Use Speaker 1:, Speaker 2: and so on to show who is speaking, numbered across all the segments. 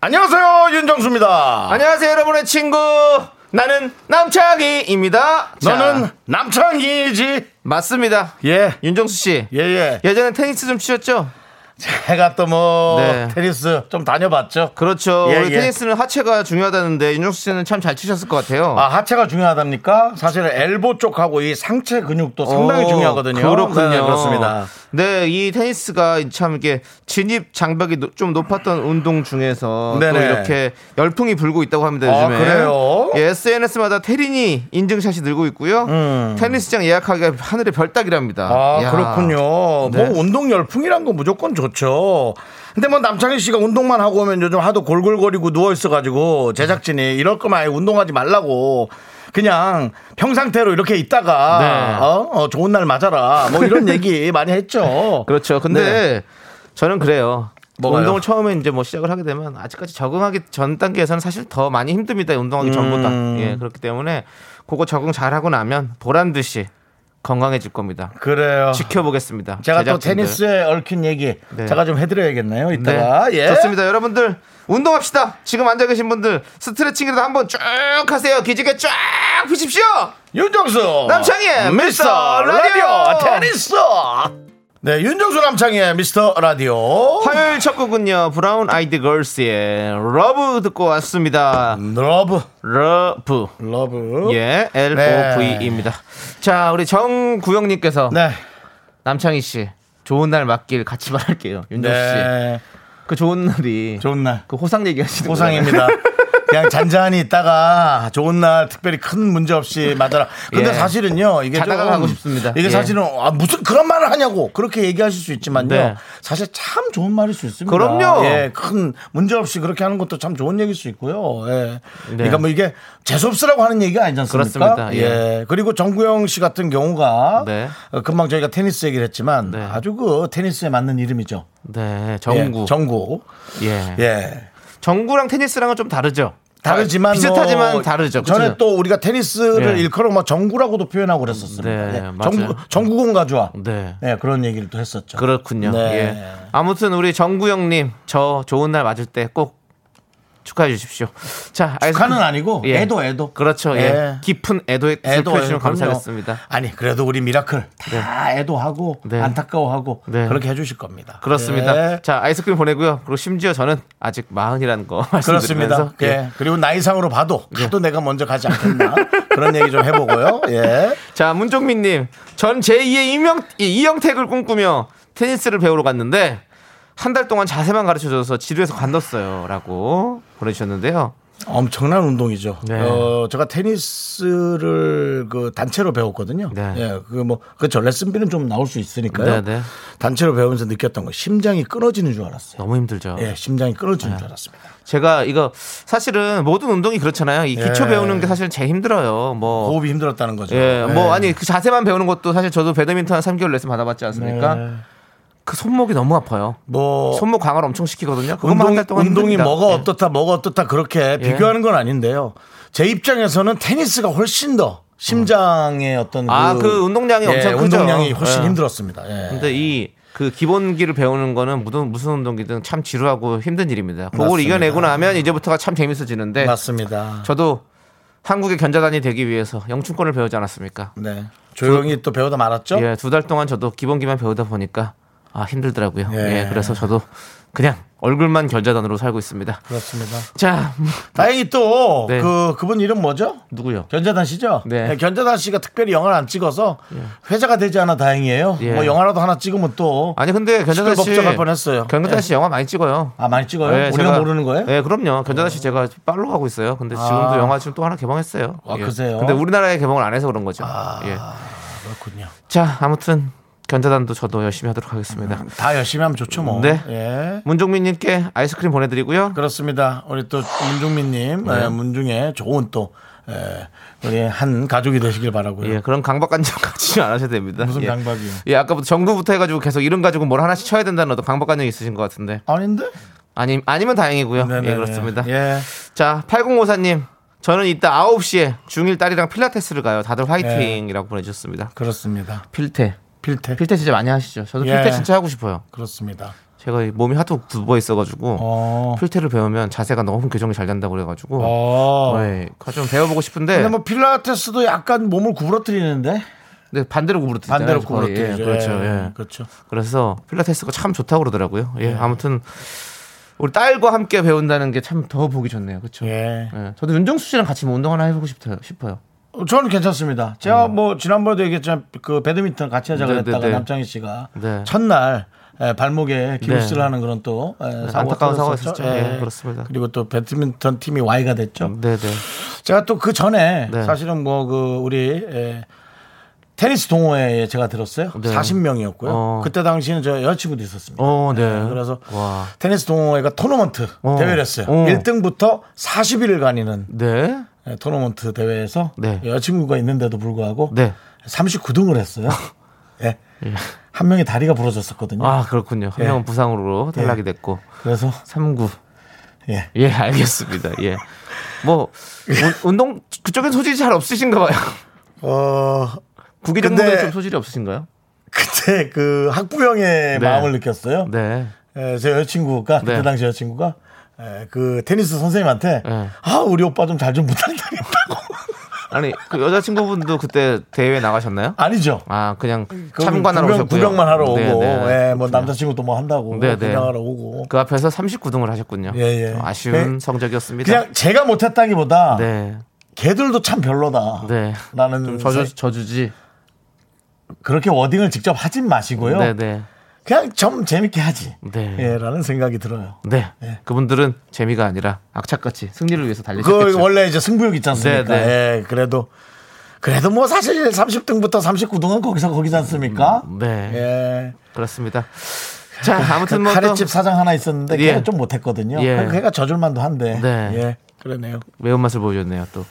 Speaker 1: 안녕하세요 윤정수입니다.
Speaker 2: 안녕하세요 여러분의 친구 나는 남창희입니다 자,
Speaker 1: 너는 남창희지.
Speaker 2: 맞습니다
Speaker 1: 예.
Speaker 2: 윤정수 씨
Speaker 1: 예, 예.
Speaker 2: 예전에 테니스 좀 치셨죠?
Speaker 1: 제가 또 뭐
Speaker 2: 네.
Speaker 1: 테니스 좀 다녀봤죠.
Speaker 2: 그렇죠
Speaker 1: 예,
Speaker 2: 우리
Speaker 1: 예.
Speaker 2: 테니스는 하체가 중요하다는데 윤정수 씨는 참 잘 치셨을 것 같아요
Speaker 1: 아, 하체가 중요하답니까? 사실은 엘보 쪽하고 이 상체 근육도 상당히
Speaker 2: 오,
Speaker 1: 중요하거든요.
Speaker 2: 그렇군요.
Speaker 1: 네, 그렇습니다.
Speaker 2: 네, 이 테니스가 참 이게 진입 장벽이 노- 좀 높았던 운동 중에서 또
Speaker 1: 네네.
Speaker 2: 이렇게 열풍이 불고 있다고 합니다.
Speaker 1: 아,
Speaker 2: 요즘에.
Speaker 1: 그래요?
Speaker 2: 예, SNS마다 테린이 인증샷이 늘고 있고요. 테니스장 예약하기가 하늘의 별따기랍니다.
Speaker 1: 음. 아,
Speaker 2: 야.
Speaker 1: 그렇군요.
Speaker 2: 네.
Speaker 1: 뭐 운동 열풍이란 건 무조건 좋죠. 근데 뭐 남창희 씨가 운동만 하고 오면 요즘 하도 골골거리고 누워 있어가지고 제작진이 이럴 거면 아예 운동하지 말라고 그냥 평상태로 이렇게 있다가
Speaker 2: 네.
Speaker 1: 어? 어, 좋은 날 맞아라 뭐 이런 얘기 많이 했죠. 네.
Speaker 2: 그렇죠. 근데 저는 그래요.
Speaker 1: 뭐가요?
Speaker 2: 운동을 처음에 이제 뭐 시작을 하게 되면 아직까지 적응하기 전 단계에서는 사실 더 많이 힘듭니다. 운동하기
Speaker 1: 음.
Speaker 2: 전보다. 예, 그렇기 때문에 그거 적응 잘 하고 나면 보란 듯이 건강해질 겁니다.
Speaker 1: 그래요.
Speaker 2: 지켜보겠습니다.
Speaker 1: 아. 제가 또
Speaker 2: 제작진들.
Speaker 1: 테니스에 얽힌 얘기
Speaker 2: 네.
Speaker 1: 제가 좀 해드려야겠네요.
Speaker 2: 네.
Speaker 1: 이따가 예.
Speaker 2: 좋습니다. 여러분들 운동합시다. 지금 앉아 계신 분들 스트레칭이라도 한번 쭉 하세요. 기지개 쫙 펴십시오.
Speaker 1: 윤정수
Speaker 2: 남창희의 미스터 라디오.
Speaker 1: 테니스 네 윤정수 남창희의 미스터 라디오
Speaker 2: 화요일 첫 곡은요. 브라운 아이드 걸스의 러브 듣고 왔습니다.
Speaker 1: 음, 러브
Speaker 2: 러브.
Speaker 1: 러브
Speaker 2: 예, L O V입니다. 네. 자, 우리 정구영님께서
Speaker 1: 네.
Speaker 2: 남창희 씨 좋은 날 맞길 같이 말할게요. 윤정 씨,
Speaker 1: 네.
Speaker 2: 그 좋은 날이
Speaker 1: 좋은 날
Speaker 2: 그 호상 얘기하시는
Speaker 1: 네. 보상입니다. 그냥 잔잔히 있다가 좋은 날 특별히 큰 문제 없이 맞아라. 근데
Speaker 2: 예.
Speaker 1: 사실은요 이게 좀-
Speaker 2: 자다가 가고 싶습니다.
Speaker 1: 이게
Speaker 2: 예.
Speaker 1: 사실은 아, 무슨 그런 말을 하냐고 그렇게 얘기하실 수 있지만요.
Speaker 2: 네.
Speaker 1: 사실 참 좋은 말일 수 있습니다.
Speaker 2: 그럼요.
Speaker 1: 예, 큰 문제 없이 그렇게 하는 것도 참 좋은 얘기일 수 있고요. 예.
Speaker 2: 네.
Speaker 1: 그러니까 뭐 이게 재수 없으라고 하는 얘기가 아니지 않습니까?
Speaker 2: 그렇습니다.
Speaker 1: 예.
Speaker 2: 예.
Speaker 1: 그리고 정구영 씨 같은 경우가
Speaker 2: 네.
Speaker 1: 어, 금방 저희가 테니스 얘기를 했지만
Speaker 2: 네.
Speaker 1: 아주 그 테니스에 맞는 이름이죠.
Speaker 2: 네,
Speaker 1: 예,
Speaker 2: 정구.
Speaker 1: 정구.
Speaker 2: 예.
Speaker 1: 예.
Speaker 2: 정구랑 테니스랑은 좀 다르죠.
Speaker 1: 다르지만
Speaker 2: 비슷하지만
Speaker 1: 뭐
Speaker 2: 다르죠.
Speaker 1: 전에
Speaker 2: 전에 또
Speaker 1: 또 우리가 테니스를
Speaker 2: 네.
Speaker 1: 일컬어 뭐 정구라고도 표현하고 그랬었습니다.
Speaker 2: 네,
Speaker 1: 예.
Speaker 2: 맞아요.
Speaker 1: 정구 정구공 가져와.
Speaker 2: 네.
Speaker 1: 네, 그런 얘기를 또 했었죠.
Speaker 2: 그렇군요.
Speaker 1: 네.
Speaker 2: 예. 아무튼 우리 정구영님 저 좋은 날 맞을 때 꼭 축하해 주십시오. 자, 아이스-
Speaker 1: 축하는 아니고
Speaker 2: 예.
Speaker 1: 애도 애도.
Speaker 2: 그렇죠. 예.
Speaker 1: 예.
Speaker 2: 깊은 애도의 뜻을
Speaker 1: 애도
Speaker 2: 표시면
Speaker 1: 애도.
Speaker 2: 감사하겠습니다.
Speaker 1: 그럼요. 아니 그래도 우리 미라클 다 애도하고
Speaker 2: 네.
Speaker 1: 안타까워하고
Speaker 2: 네.
Speaker 1: 그렇게 해주실 겁니다.
Speaker 2: 그렇습니다.
Speaker 1: 예.
Speaker 2: 자 아이스크림 보내고요. 그리고 심지어 저는 아직 마흔이라는 거 말씀드리면서
Speaker 1: 그렇습니다. 예.
Speaker 2: 예. 네.
Speaker 1: 그리고 나이상으로 봐도 하도 내가 먼저 가지 않겠나 그런 얘기 좀 해보고요. 예.
Speaker 2: 자 문종민님 전 제2의 이명 이- 이영택을 꿈꾸며 테니스를 배우러 갔는데 한 달 동안 자세만 가르쳐줘서 지루해서 관뒀어요라고 보내주셨는데요.
Speaker 1: 엄청난 운동이죠.
Speaker 2: 네.
Speaker 1: 어, 제가 테니스를 그 단체로 배웠거든요.
Speaker 2: 네.
Speaker 1: 예, 그뭐그저 레슨비는 좀 나올 수 있으니까요.
Speaker 2: 네, 네.
Speaker 1: 단체로 배우면서 느꼈던 거 심장이 끊어지는 줄 알았어요.
Speaker 2: 너무 힘들죠.
Speaker 1: 예, 심장이 끊어지는
Speaker 2: 네.
Speaker 1: 줄 알았습니다.
Speaker 2: 제가 이거 사실은 모든 운동이 그렇잖아요. 이 기초
Speaker 1: 예.
Speaker 2: 배우는 게 사실 제일 힘들어요. 뭐
Speaker 1: 호흡이 힘들었다는 거죠.
Speaker 2: 예, 뭐
Speaker 1: 예.
Speaker 2: 아니 그 자세만 배우는 것도 사실 저도 배드민턴 한 3개월 레슨 받아봤지 않습니까?
Speaker 1: 네.
Speaker 2: 그 손목이 너무 아파요.
Speaker 1: 뭐
Speaker 2: 손목 강화를 엄청 시키거든요. 그것만
Speaker 1: 운동,
Speaker 2: 한 달 동안
Speaker 1: 운동이
Speaker 2: 힘듭니다.
Speaker 1: 뭐가
Speaker 2: 예.
Speaker 1: 어떻다, 뭐가 어떻다 그렇게 비교하는 건 아닌데요. 제 입장에서는 테니스가 훨씬 더 심장의 어떤 예,
Speaker 2: 아, 그 운동량이 엄청 크죠.
Speaker 1: 운동량이 훨씬
Speaker 2: 예.
Speaker 1: 힘들었습니다. 예.
Speaker 2: 근데 이 그 기본기를 배우는 거는 무슨 무슨 운동이든 참 지루하고 힘든 일입니다. 그걸
Speaker 1: 맞습니다.
Speaker 2: 이겨내고 나면 이제부터가 참 재밌어지는데
Speaker 1: 맞습니다.
Speaker 2: 저도 한국의 견자단이 되기 위해서 영춘권을 배우지 않았습니까?
Speaker 1: 네. 조용히 또 배우다 말았죠?
Speaker 2: 그 예, 두 달 동안 저도 기본기만 배우다 보니까 아 힘들더라고요.
Speaker 1: 예.
Speaker 2: 예, 그래서 저도 그냥 얼굴만 견자단으로 살고 있습니다.
Speaker 1: 그렇습니다.
Speaker 2: 자,
Speaker 1: 다행히 또,
Speaker 2: 네.
Speaker 1: 그, 그분 이름 뭐죠?
Speaker 2: 누구요?
Speaker 1: 견자단 씨죠?
Speaker 2: 네.
Speaker 1: 견자단 씨가 특별히 영화를 안 찍어서 회자가 되지 않아 다행이에요.
Speaker 2: 예.
Speaker 1: 뭐 영화라도 하나 찍으면 또.
Speaker 2: 아니 근데 견자단 씨
Speaker 1: 시끌벅적할 뻔했어요.
Speaker 2: 견자단
Speaker 1: 예.
Speaker 2: 씨 영화 많이 찍어요.
Speaker 1: 아, 많이 찍어요?
Speaker 2: 예,
Speaker 1: 우리가 모르는 거예요? 어.
Speaker 2: 예, 그럼요. 견자단 씨 제가 팔로우 하고 있어요. 근데 지금도
Speaker 1: 아.
Speaker 2: 영화 지금 또 하나 개봉했어요.
Speaker 1: 아,
Speaker 2: 예.
Speaker 1: 그러세요? 아.
Speaker 2: 근데 우리나라에 개봉을 안 해서 그런 거죠. 예.
Speaker 1: 그렇군요.
Speaker 2: 자, 아무튼 견자단도 저도 열심히 하도록 하겠습니다.
Speaker 1: 다 열심히 하면 좋죠 뭐.
Speaker 2: 네.
Speaker 1: 예.
Speaker 2: 문종민님께 아이스크림 보내드리고요.
Speaker 1: 그렇습니다. 우리 또 문중민님
Speaker 2: 네.
Speaker 1: 예, 문중에 좋은 또 예, 우리 한 가족이 되시길 바라고요.
Speaker 2: 예, 그런 강박관념 가지지 않으셔도 됩니다.
Speaker 1: 무슨
Speaker 2: 예.
Speaker 1: 강박이요?
Speaker 2: 예, 아까부터 정부부터 해가지고 계속 이름 가지고 뭘 하나씩 쳐야 된다는 어떤 강박관념이 있으신 것 같은데.
Speaker 1: 아닌데?
Speaker 2: 아니, 아니면 다행이고요.
Speaker 1: 네네네.
Speaker 2: 예, 그렇습니다.
Speaker 1: 예.
Speaker 2: 자, 8054님. 저는 이따 9시에 중1 딸이랑 필라테스를 가요. 다들
Speaker 1: 네.
Speaker 2: 화이팅이라고 보내주셨습니다.
Speaker 1: 그렇습니다.
Speaker 2: 필테.
Speaker 1: 필테.
Speaker 2: 필테 진짜 많이 하시죠. 저도
Speaker 1: 예.
Speaker 2: 필테 진짜 하고 싶어요.
Speaker 1: 그렇습니다.
Speaker 2: 제가 이 몸이 하도 굽어 있어가지고
Speaker 1: 어.
Speaker 2: 필테를 배우면 자세가 너무 교정이 잘 된다고 그래가지고
Speaker 1: 어.
Speaker 2: 네, 좀 배워보고 싶은데
Speaker 1: 근데 뭐 필라테스도 약간 몸을 구부러뜨리는데
Speaker 2: 근데 반대로 구부러뜨리잖아요.
Speaker 1: 반대로
Speaker 2: 거의. 예,
Speaker 1: 구부러뜨리죠.
Speaker 2: 그렇죠.
Speaker 1: 예,
Speaker 2: 예.
Speaker 1: 그렇죠.
Speaker 2: 그래서 필라테스가 참 좋다고 그러더라고요. 예, 아무튼 우리 딸과 함께 배운다는 게 참 더 보기 좋네요. 그렇죠. 예.
Speaker 1: 예.
Speaker 2: 저도 윤정수 씨랑 같이 뭐 운동 하나 해보고 싶어요. 싶어요.
Speaker 1: 저는 괜찮습니다. 제가 뭐 지난번에도 얘기했지만 그 배드민턴 같이 하자
Speaker 2: 음. 네,
Speaker 1: 그랬다가
Speaker 2: 네, 네.
Speaker 1: 남창희 씨가
Speaker 2: 네.
Speaker 1: 첫날 에, 발목에 기부스를
Speaker 2: 네.
Speaker 1: 하는 그런 또 에, 사고가
Speaker 2: 안타까운 사고가
Speaker 1: 터졌었죠.
Speaker 2: 있었죠. 예, 그렇습니다.
Speaker 1: 그리고 또 배드민턴 팀이 Y가 됐죠.
Speaker 2: 네, 네.
Speaker 1: 제가 또 그 전에
Speaker 2: 네.
Speaker 1: 사실은 뭐 그 우리 에, 테니스 동호회에 제가 들었어요.
Speaker 2: 네.
Speaker 1: 40명이었고요.
Speaker 2: 어.
Speaker 1: 그때 당시에는 저 여자친구도 있었습니다.
Speaker 2: 어, 네.
Speaker 1: 네, 그래서
Speaker 2: 와.
Speaker 1: 테니스 동호회가 토너먼트
Speaker 2: 어.
Speaker 1: 대회를 했어요.
Speaker 2: 어.
Speaker 1: 1등부터 40일을 가니는
Speaker 2: 네.
Speaker 1: 예, 토너먼트 대회에서
Speaker 2: 네.
Speaker 1: 여자친구가 있는데도 불구하고
Speaker 2: 네.
Speaker 1: 39등을 했어요. 예. 한 명의 다리가 부러졌었거든요.
Speaker 2: 아, 그렇군요.
Speaker 1: 예.
Speaker 2: 한 명은 부상으로 탈락이
Speaker 1: 예.
Speaker 2: 됐고.
Speaker 1: 그래서
Speaker 2: 3구.
Speaker 1: 예.
Speaker 2: 예, 알겠습니다. 예. 뭐 운- 운동 그쪽엔 소질이 잘 없으신가 봐요.
Speaker 1: 어
Speaker 2: 구기 종목에
Speaker 1: 근데-
Speaker 2: 좀 소질이 없으신가요?
Speaker 1: 그때 그 학부형의
Speaker 2: 네.
Speaker 1: 마음을 느꼈어요.
Speaker 2: 네.
Speaker 1: 예, 제 여자친구가 그때
Speaker 2: 네.
Speaker 1: 당시 여자친구가 예, 그 테니스 선생님한테
Speaker 2: 네.
Speaker 1: 아 우리 오빠 좀 잘 좀 부탁드린다고
Speaker 2: 아니, 그 여자친구분도 그때 대회 나가셨나요?
Speaker 1: 아니죠.
Speaker 2: 아 그냥
Speaker 1: 음, 그건
Speaker 2: 참관하러
Speaker 1: 구경,
Speaker 2: 오셨고요.
Speaker 1: 구경만 하러 오고
Speaker 2: 네네.
Speaker 1: 예, 뭐 남자친구도 뭐 한다고
Speaker 2: 네, 네.
Speaker 1: 구경하러 오고
Speaker 2: 그 앞에서 39등을 하셨군요.
Speaker 1: 예, 예.
Speaker 2: 좀 아쉬운
Speaker 1: 그냥-
Speaker 2: 성적이었습니다.
Speaker 1: 그냥 제가 못했다기보다
Speaker 2: 그러니까 네,
Speaker 1: 걔들도 참 별로다.
Speaker 2: 네.
Speaker 1: 라는
Speaker 2: 좀 저주
Speaker 1: 세-
Speaker 2: 저주지.
Speaker 1: 그렇게 워딩을 직접 하진 마시고요.
Speaker 2: 네, 네,
Speaker 1: 그냥 좀 재밌게 하지.
Speaker 2: 네.
Speaker 1: 예, 라는 생각이 들어요.
Speaker 2: 네.
Speaker 1: 네.
Speaker 2: 그분들은 재미가 아니라 악착같이 승리를 위해서
Speaker 1: 그
Speaker 2: 달리셨겠죠.
Speaker 1: 원래 이제 승부욕 있지 않습니까?
Speaker 2: 네,
Speaker 1: 예, 그래도 그래도 뭐 사실 30등부터 39등은 거기서 거기지 않습니까?
Speaker 2: 네,
Speaker 1: 예. 그
Speaker 2: 그렇습니다. 자, 아무튼 뭐 또
Speaker 1: 카레집 사장 하나 있었는데
Speaker 2: 예.
Speaker 1: 걔는 좀 못했거든요.
Speaker 2: 예.
Speaker 1: 걔가 저줄만도 한데.
Speaker 2: 네.
Speaker 1: 예. 그러네요.
Speaker 2: 매운맛을 보여줬네요. 또.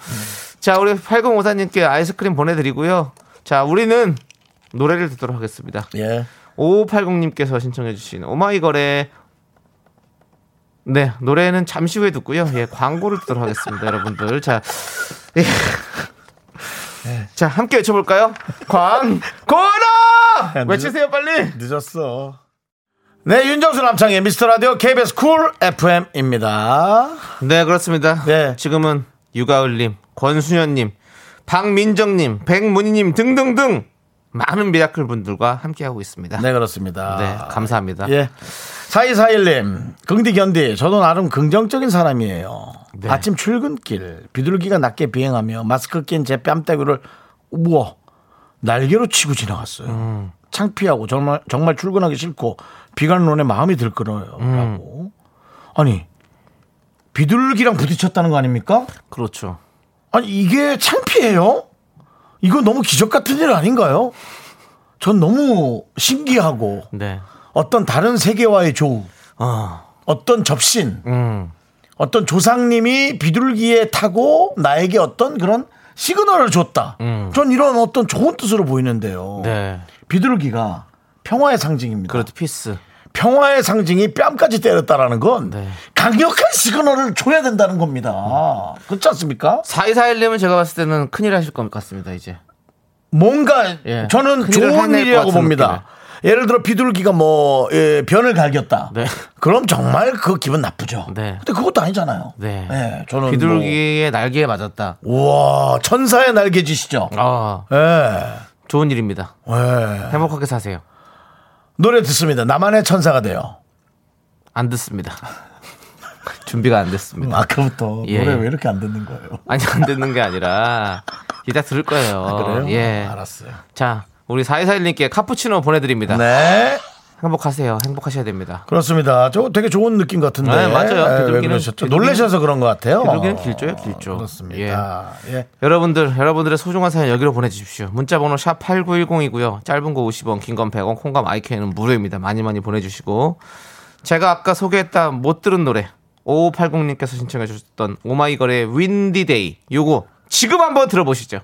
Speaker 2: 자, 우리 8054님께 아이스크림 보내드리고요. 자, 우리는 노래를 듣도록 하겠습니다.
Speaker 1: 예.
Speaker 2: 5580님께서 신청해주신 오마이걸의 네 노래는 잠시 후에 듣고요. 예 광고를 듣도록 하겠습니다, 여러분들. 자, 예. 자 함께 외쳐볼까요? 광고라 외치세요 빨리.
Speaker 1: 늦었어. 네, 윤정수 남창의 미스터 라디오 KBS 쿨 FM입니다.
Speaker 2: 네 그렇습니다.
Speaker 1: 네.
Speaker 2: 지금은 유가을님, 권수현님, 박민정님, 백문희님 등등등 많은 미라클 분들과 함께 하고 있습니다. 네,
Speaker 1: 네, 그렇습니다.
Speaker 2: 감사합니다.
Speaker 1: 예. 4241님, 긍디 견디, 저도 나름 긍정적인 사람이에요.
Speaker 2: 네.
Speaker 1: 아침 출근길, 비둘기가 낮게 비행하며 마스크 낀 제 뺨때구를, 우와, 날개로 치고 지나갔어요.
Speaker 2: 음.
Speaker 1: 창피하고 정말, 정말 출근하기 싫고, 비관론에 마음이 들끓어요. 라고. 아니, 비둘기랑 부딪혔다는 거 아닙니까?
Speaker 2: 그렇죠.
Speaker 1: 아니, 이게 창피해요? 이거 너무 기적 같은 일 아닌가요? 전 너무 신기하고,
Speaker 2: 네.
Speaker 1: 어떤 다른 세계와의 조우,
Speaker 2: 어.
Speaker 1: 어떤 접신,
Speaker 2: 음.
Speaker 1: 어떤 조상님이 비둘기에 타고 나에게 어떤 그런 시그널을 줬다. 전 이런 어떤 좋은 뜻으로 보이는데요.
Speaker 2: 음. 네. 그렇죠.
Speaker 1: 비둘기가 평화의 상징입니다.
Speaker 2: 그래도 피스.
Speaker 1: 평화의 상징이 뺨까지 때렸다라는 건
Speaker 2: 네.
Speaker 1: 강력한 시그널을 줘야 된다는 겁니다. 그렇지 않습니까?
Speaker 2: 4241님은 제가 봤을 때는 큰일 하실 것 같습니다, 이제.
Speaker 1: 뭔가
Speaker 2: 예.
Speaker 1: 저는
Speaker 2: 큰일을
Speaker 1: 좋은
Speaker 2: 해낼
Speaker 1: 일이라고
Speaker 2: 것 같은
Speaker 1: 봅니다. 예를 들어 비둘기가 뭐 예, 변을 갈겼다.
Speaker 2: 네.
Speaker 1: 그럼 정말 그 기분 나쁘죠.
Speaker 2: 네.
Speaker 1: 근데 그것도 아니잖아요.
Speaker 2: 네.
Speaker 1: 예, 저는
Speaker 2: 비둘기의 날개에 맞았다.
Speaker 1: 뭐, 우와 천사의 날개짓이죠.
Speaker 2: 아,
Speaker 1: 예.
Speaker 2: 좋은 일입니다.
Speaker 1: 예.
Speaker 2: 행복하게 사세요.
Speaker 1: 노래 듣습니다. 나만의 천사가 돼요.
Speaker 2: 안 듣습니다. 준비가 안 됐습니다.
Speaker 1: 아까부터
Speaker 2: 예.
Speaker 1: 노래 왜 이렇게 안 듣는 거예요?
Speaker 2: 아니, 안 듣는 게 아니라, 이따 들을 거예요.
Speaker 1: 아, 그래요?
Speaker 2: 예.
Speaker 1: 알았어요.
Speaker 2: 자, 우리 4241님께 카푸치노 보내드립니다.
Speaker 1: 네.
Speaker 2: 행복하세요. 행복하셔야 됩니다.
Speaker 1: 그렇습니다. 저 되게 좋은 느낌 같은데.
Speaker 2: 네, 맞아요.
Speaker 1: 예, 왜
Speaker 2: 비둘기는-
Speaker 1: 그러셨죠?
Speaker 2: 비둘기는-
Speaker 1: 놀라셔서 그런 것 같아요.
Speaker 2: 비둘기는 길조예요, 길조.
Speaker 1: 그렇습니다. 예.
Speaker 2: 여러분들, 여러분들의 소중한 사연 여기로 보내주십시오. 문자번호 샵 8910이고요. 짧은 거 50원, 긴 건 100원, 콩감 아이케는 무료입니다. 많이 많이 보내주시고. 제가 아까 소개했다 못 들은 노래, 5580님께서 신청해 주셨던 오마이걸의 윈디데이. 요거 지금 한번 들어보시죠.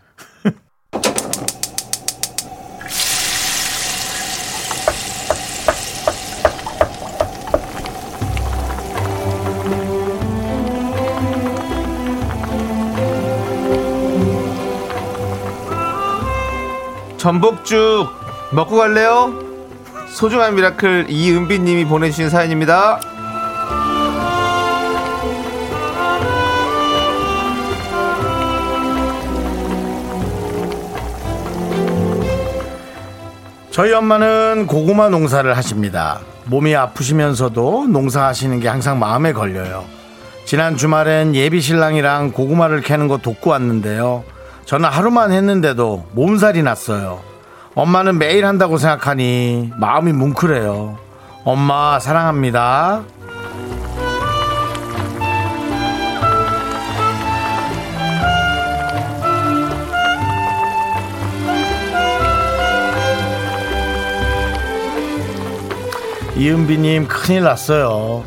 Speaker 2: 전복죽 먹고 갈래요? 소중한 미라클 이은비님이 보내주신 사연입니다.
Speaker 1: 저희 엄마는 고구마 농사를 하십니다. 몸이 아프시면서도 농사하시는 게 항상 마음에 걸려요. 지난 주말엔 예비 신랑이랑 고구마를 캐는 거 돕고 왔는데요. 저는 하루만 했는데도 몸살이 났어요. 엄마는 매일 한다고 생각하니 마음이 뭉클해요. 엄마 사랑합니다. 이은비님 큰일 났어요.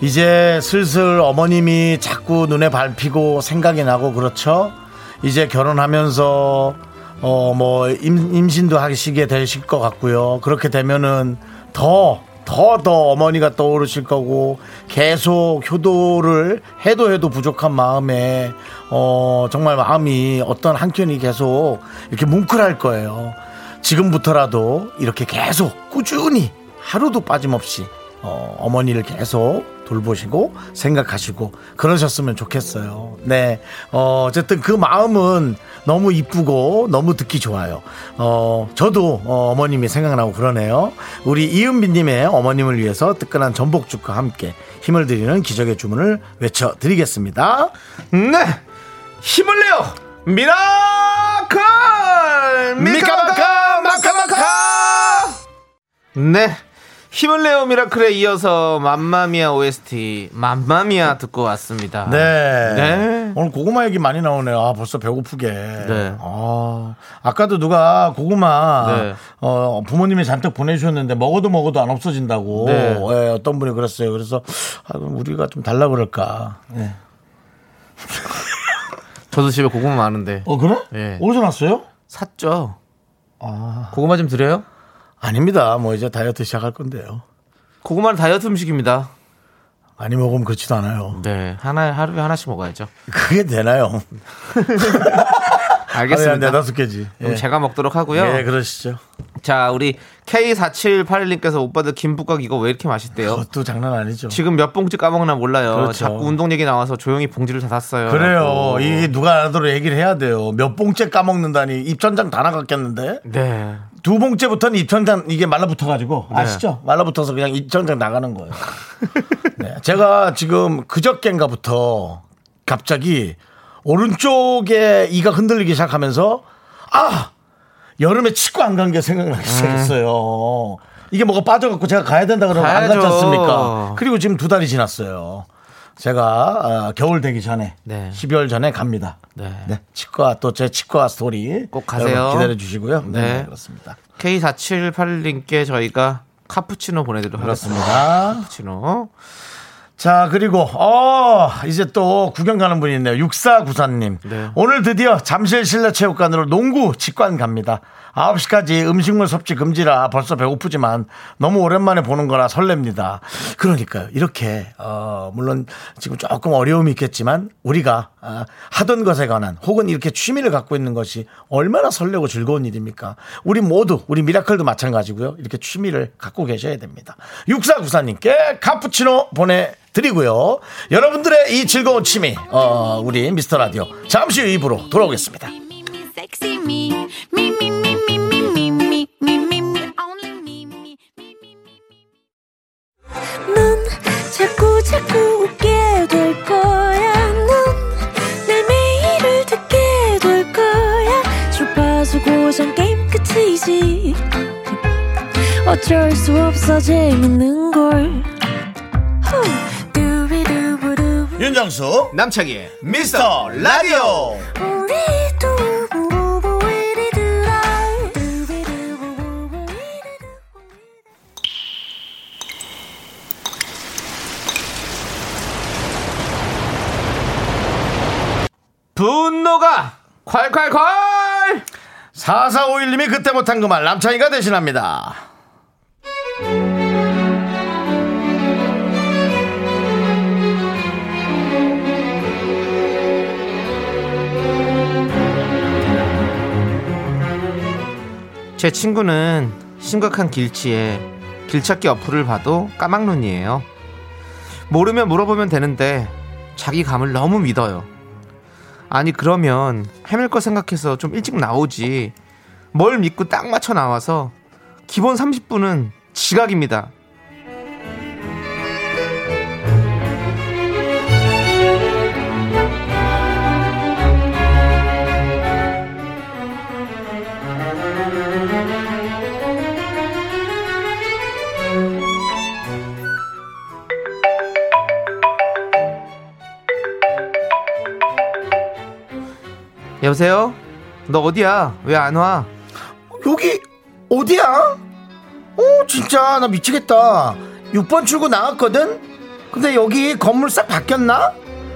Speaker 1: 이제 슬슬 어머님이 자꾸 눈에 밟히고 생각이 나고 그렇죠? 이제 결혼하면서 어 뭐 임신도 하시게 되실 것 같고요. 그렇게 되면은 더 더 더 어머니가 떠오르실 거고 계속 효도를 해도 해도 부족한 마음에 어 정말 마음이 어떤 한켠이 계속 이렇게 뭉클할 거예요. 지금부터라도 이렇게 계속 꾸준히 하루도 빠짐없이 어, 어머니를 계속 돌보시고 생각하시고 그러셨으면 좋겠어요. 네. 어, 쨌든그 마음은 너무 이쁘고 너무 듣기 좋아요. 어, 저도 어, 머님이 생각나고 그러네요. 우리 이은비님의 어머님을 위해서 뜨끈한 전복죽과 함께 힘을 드리는 기적의 주문을 외쳐드리겠습니다.
Speaker 2: 네! 힘을 내요! 미라클! 미카마카! 마카마카! 네! 힘을 내요 미라클에 이어서 맘마미아 OST 맘마미아 듣고 왔습니다.
Speaker 1: 네.
Speaker 2: 네.
Speaker 1: 오늘 고구마 얘기 많이 나오네요. 아, 벌써 배고프게.
Speaker 2: 네.
Speaker 1: 아, 아까도 누가 고구마
Speaker 2: 네.
Speaker 1: 어, 부모님이 잔뜩 보내주셨는데 먹어도 먹어도 안 없어진다고
Speaker 2: 네.
Speaker 1: 예, 어떤 분이 그랬어요. 그래서 아, 그럼 우리가 좀 달라 그럴까. 네.
Speaker 2: 저도 집에 고구마 많은데
Speaker 1: 어, 그래?
Speaker 2: 예.
Speaker 1: 어디서 났어요?
Speaker 2: 샀죠. 고구마 좀 드려요?
Speaker 1: 아닙니다. 뭐 이제 다이어트 시작할 건데요.
Speaker 2: 고구마는 다이어트 음식입니다.
Speaker 1: 많이 먹으면 그렇지도 않아요.
Speaker 2: 네, 하나 하루에 하나씩 먹어야죠.
Speaker 1: 그게 되나요? 하루에 한
Speaker 2: 알겠습니다.
Speaker 1: 네다섯 개지.
Speaker 2: 그럼
Speaker 1: 예.
Speaker 2: 제가 먹도록 하고요.
Speaker 1: 예, 그러시죠.
Speaker 2: 자, 우리 K4781님께서 오빠들 김부각 이거 왜 이렇게 맛있대요?
Speaker 1: 그것도 장난 아니죠.
Speaker 2: 지금 몇 봉지 까먹나 몰라요.
Speaker 1: 그렇죠.
Speaker 2: 자꾸 운동 얘기 나와서 조용히 봉지를 닫았어요.
Speaker 1: 그래요.
Speaker 2: 라고.
Speaker 1: 이게 누가 안 하도록 얘기를 해야 돼요. 몇 봉째 까먹는다니 입천장 다 나갔겠는데
Speaker 2: 네.
Speaker 1: 두 봉째부터는 입천장 이게 말라붙어가지고 아시죠? 말라붙어서 그냥 입천장 나가는 거예요. 네. 제가 지금 그저께인가부터 갑자기 오른쪽에 이가 흔들리기 시작하면서 아 여름에 치과 안 간 게 생각나기
Speaker 2: 음.
Speaker 1: 시작했어요. 이게 뭐가 빠져갖고 제가 가야 된다 그러면 안 갔지
Speaker 2: 가야죠.
Speaker 1: 않습니까? 그리고 지금 두 달이 지났어요. 제가 아, 겨울 되기 전에
Speaker 2: 네.
Speaker 1: 12월 전에 갑니다.
Speaker 2: 네.
Speaker 1: 네. 치과 또 제 치과 스토리
Speaker 2: 꼭 가세요.
Speaker 1: 기다려 주시고요. 네.
Speaker 2: 네.
Speaker 1: 그렇습니다.
Speaker 2: K4781님께 저희가 카푸치노 보내드리도록 하겠습니다.
Speaker 1: 그렇습니다.
Speaker 2: 카푸치노.
Speaker 1: 자 그리고 어 이제 또 구경 가는 분이 있네요. 육사구사님
Speaker 2: 네.
Speaker 1: 오늘 드디어 잠실 실내체육관으로 농구 직관 갑니다. 9시까지 음식물 섭취 금지라 벌써 배고프지만 너무 오랜만에 보는 거라 설렙니다. 그러니까요. 이렇게 어, 물론 지금 조금 어려움이 있겠지만 우리가 아, 하던 것에 관한 혹은 이렇게 취미를 갖고 있는 것이 얼마나 설레고 즐거운 일입니까? 우리 모두 우리 미라클도 마찬가지고요. 이렇게 취미를 갖고 계셔야 됩니다. 육사구사님께 카푸치노 보내. 드리고요. 여러분들의 이 즐거운 취미, 어, 우리 미스터 라디오 잠시 후 입으로 돌아오겠습니다.
Speaker 3: Me, me, me, sexy me. Me, me, me, me, me, me, me, me, me, me, only me, me, me, me, me.
Speaker 4: 넌 자꾸 자꾸 웃게 될 거야. 넌내 매일을 듣게 될 거야. 주파수 고정 게임 끝이지. 어쩔 수 없어 재밌는 걸 후. 두비두부두.
Speaker 1: 윤정수
Speaker 2: 남창희의
Speaker 1: 미스터 라디오
Speaker 4: 우리 두부부부 우리 두라. 두비두부부부 우리 두부부.
Speaker 2: 분노가 콸콸콸
Speaker 1: 4451님이 그때 못한 그 말 남창희가 대신합니다
Speaker 2: 제 친구는 심각한 길치에 길찾기 어플을 봐도 까막눈이에요. 모르면 물어보면 되는데 자기 감을 너무 믿어요. 아니 그러면 헤맬 거 생각해서 좀 일찍 나오지. 뭘 믿고 딱 맞춰 나와서 기본 30분은 지각입니다. 여보세요? 너 어디야? 왜 안 와?
Speaker 1: 여기 어디야? 어 진짜 나 미치겠다 6번 출구 나왔거든? 근데 여기 건물 싹 바뀌었나?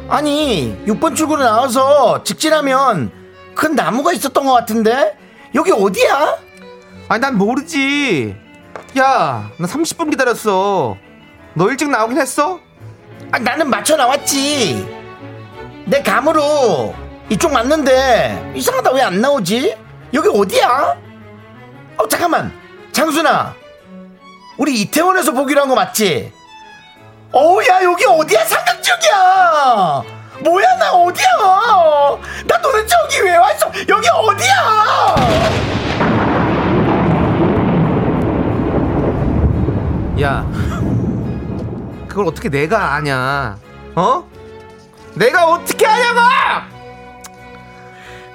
Speaker 1: 아니 6번 출구로 나와서 직진하면 큰 나무가 있었던 것 같은데 여기 어디야?
Speaker 2: 아니 난 모르지. 야, 나 30분 기다렸어. 너 일찍 나오긴 했어?
Speaker 1: 아, 나는 맞춰 나왔지 내 감으로 이쪽 맞는데 이상하다 왜 안 나오지? 여기 어디야? 어 잠깐만 장순아 우리 이태원에서 보기로 한 거 맞지? 어우 야 여기 어디야 삼각지역이야 뭐야 나 어디야 나 도대체 여기 왜 왔어 여기 어디야
Speaker 2: 야, 그걸 어떻게 내가 아냐? 어? 내가 어떻게 아냐고!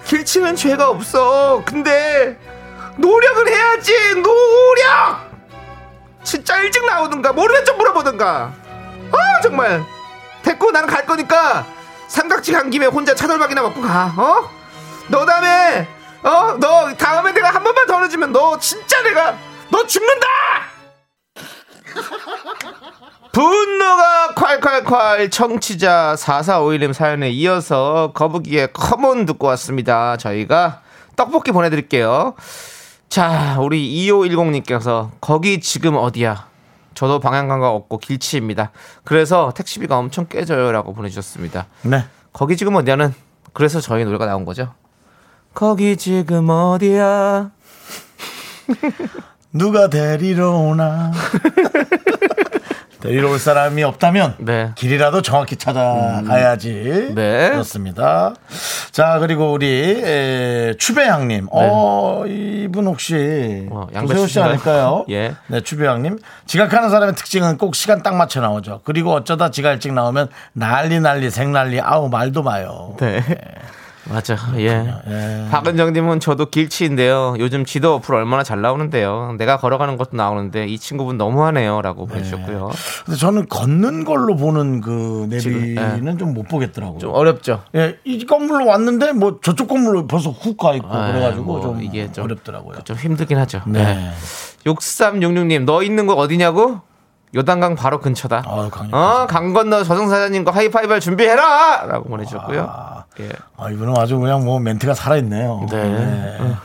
Speaker 2: 길치는 죄가 없어. 근데 노력을 해야지. 노력. 진짜 일찍 나오든가 모르면 좀 물어보든가. 아 정말. 됐고 나는 갈 거니까 삼각지 간 김에 혼자 차돌박이나 먹고 가. 어? 너 다음에 어? 너 다음에 내가 한 번만 더 늦으면 너 진짜 내가 너 죽는다. 분노가 콸콸콸 청취자 4451님 사연에 이어서 거북이의 커먼 듣고 왔습니다. 저희가 떡볶이 보내드릴게요. 자, 우리 2510님께서 거기 지금 어디야? 저도 방향감각 없고 길치입니다. 그래서 택시비가 엄청 깨져요. 라고 보내주셨습니다.
Speaker 1: 네
Speaker 2: 거기 지금 어디야는 그래서 저희 노래가 나온 거죠. 거기 지금 어디야?
Speaker 1: 누가 데리러 오나 데리러 올 사람이 없다면
Speaker 2: 네.
Speaker 1: 길이라도 정확히 찾아가야지
Speaker 2: 네.
Speaker 1: 그렇습니다 자 그리고 우리 에, 추배양님 어 이분 혹시
Speaker 2: 네. 어, 양배추신가요?
Speaker 1: 조세호 씨 아닐까요?
Speaker 2: 예.
Speaker 1: 네 추배양님 지각하는 사람의 특징은 꼭 시간 딱 맞춰 나오죠 그리고 어쩌다 지가 일찍 나오면 난리 난리 생난리 아우 말도 마요
Speaker 2: 네. 맞아. 예. 박은정 님은 저도 길치인데요. 요즘 지도 어플 얼마나 잘 나오는데요. 내가 걸어가는 것도 나오는데 이 친구분 너무하네요라고 보내주셨고요.
Speaker 1: 근데 저는 걷는 걸로 보는 그 내비는 좀 못 보겠더라고요
Speaker 2: 예. 좀 어렵죠.
Speaker 1: 예, 이 건물로 왔는데 뭐 저쪽 건물로 벌써 훅 가 있고
Speaker 2: 아,
Speaker 1: 그래가지고
Speaker 2: 뭐
Speaker 1: 좀
Speaker 2: 이게 좀
Speaker 1: 어렵더라고요.
Speaker 2: 좀 힘들긴 하죠.
Speaker 1: 네.
Speaker 2: 네. 6366 님, 너 있는 곳 어디냐고? 요단강 바로 근처다.
Speaker 1: 아, 강력.
Speaker 2: 어, 강 건너 저승사자님과 하이파이브 할 준비해라! 라고 보내주셨고요.
Speaker 1: 아,
Speaker 2: 예.
Speaker 1: 아, 이분은 아주 그냥 뭐 멘트가 살아있네요.
Speaker 2: 네.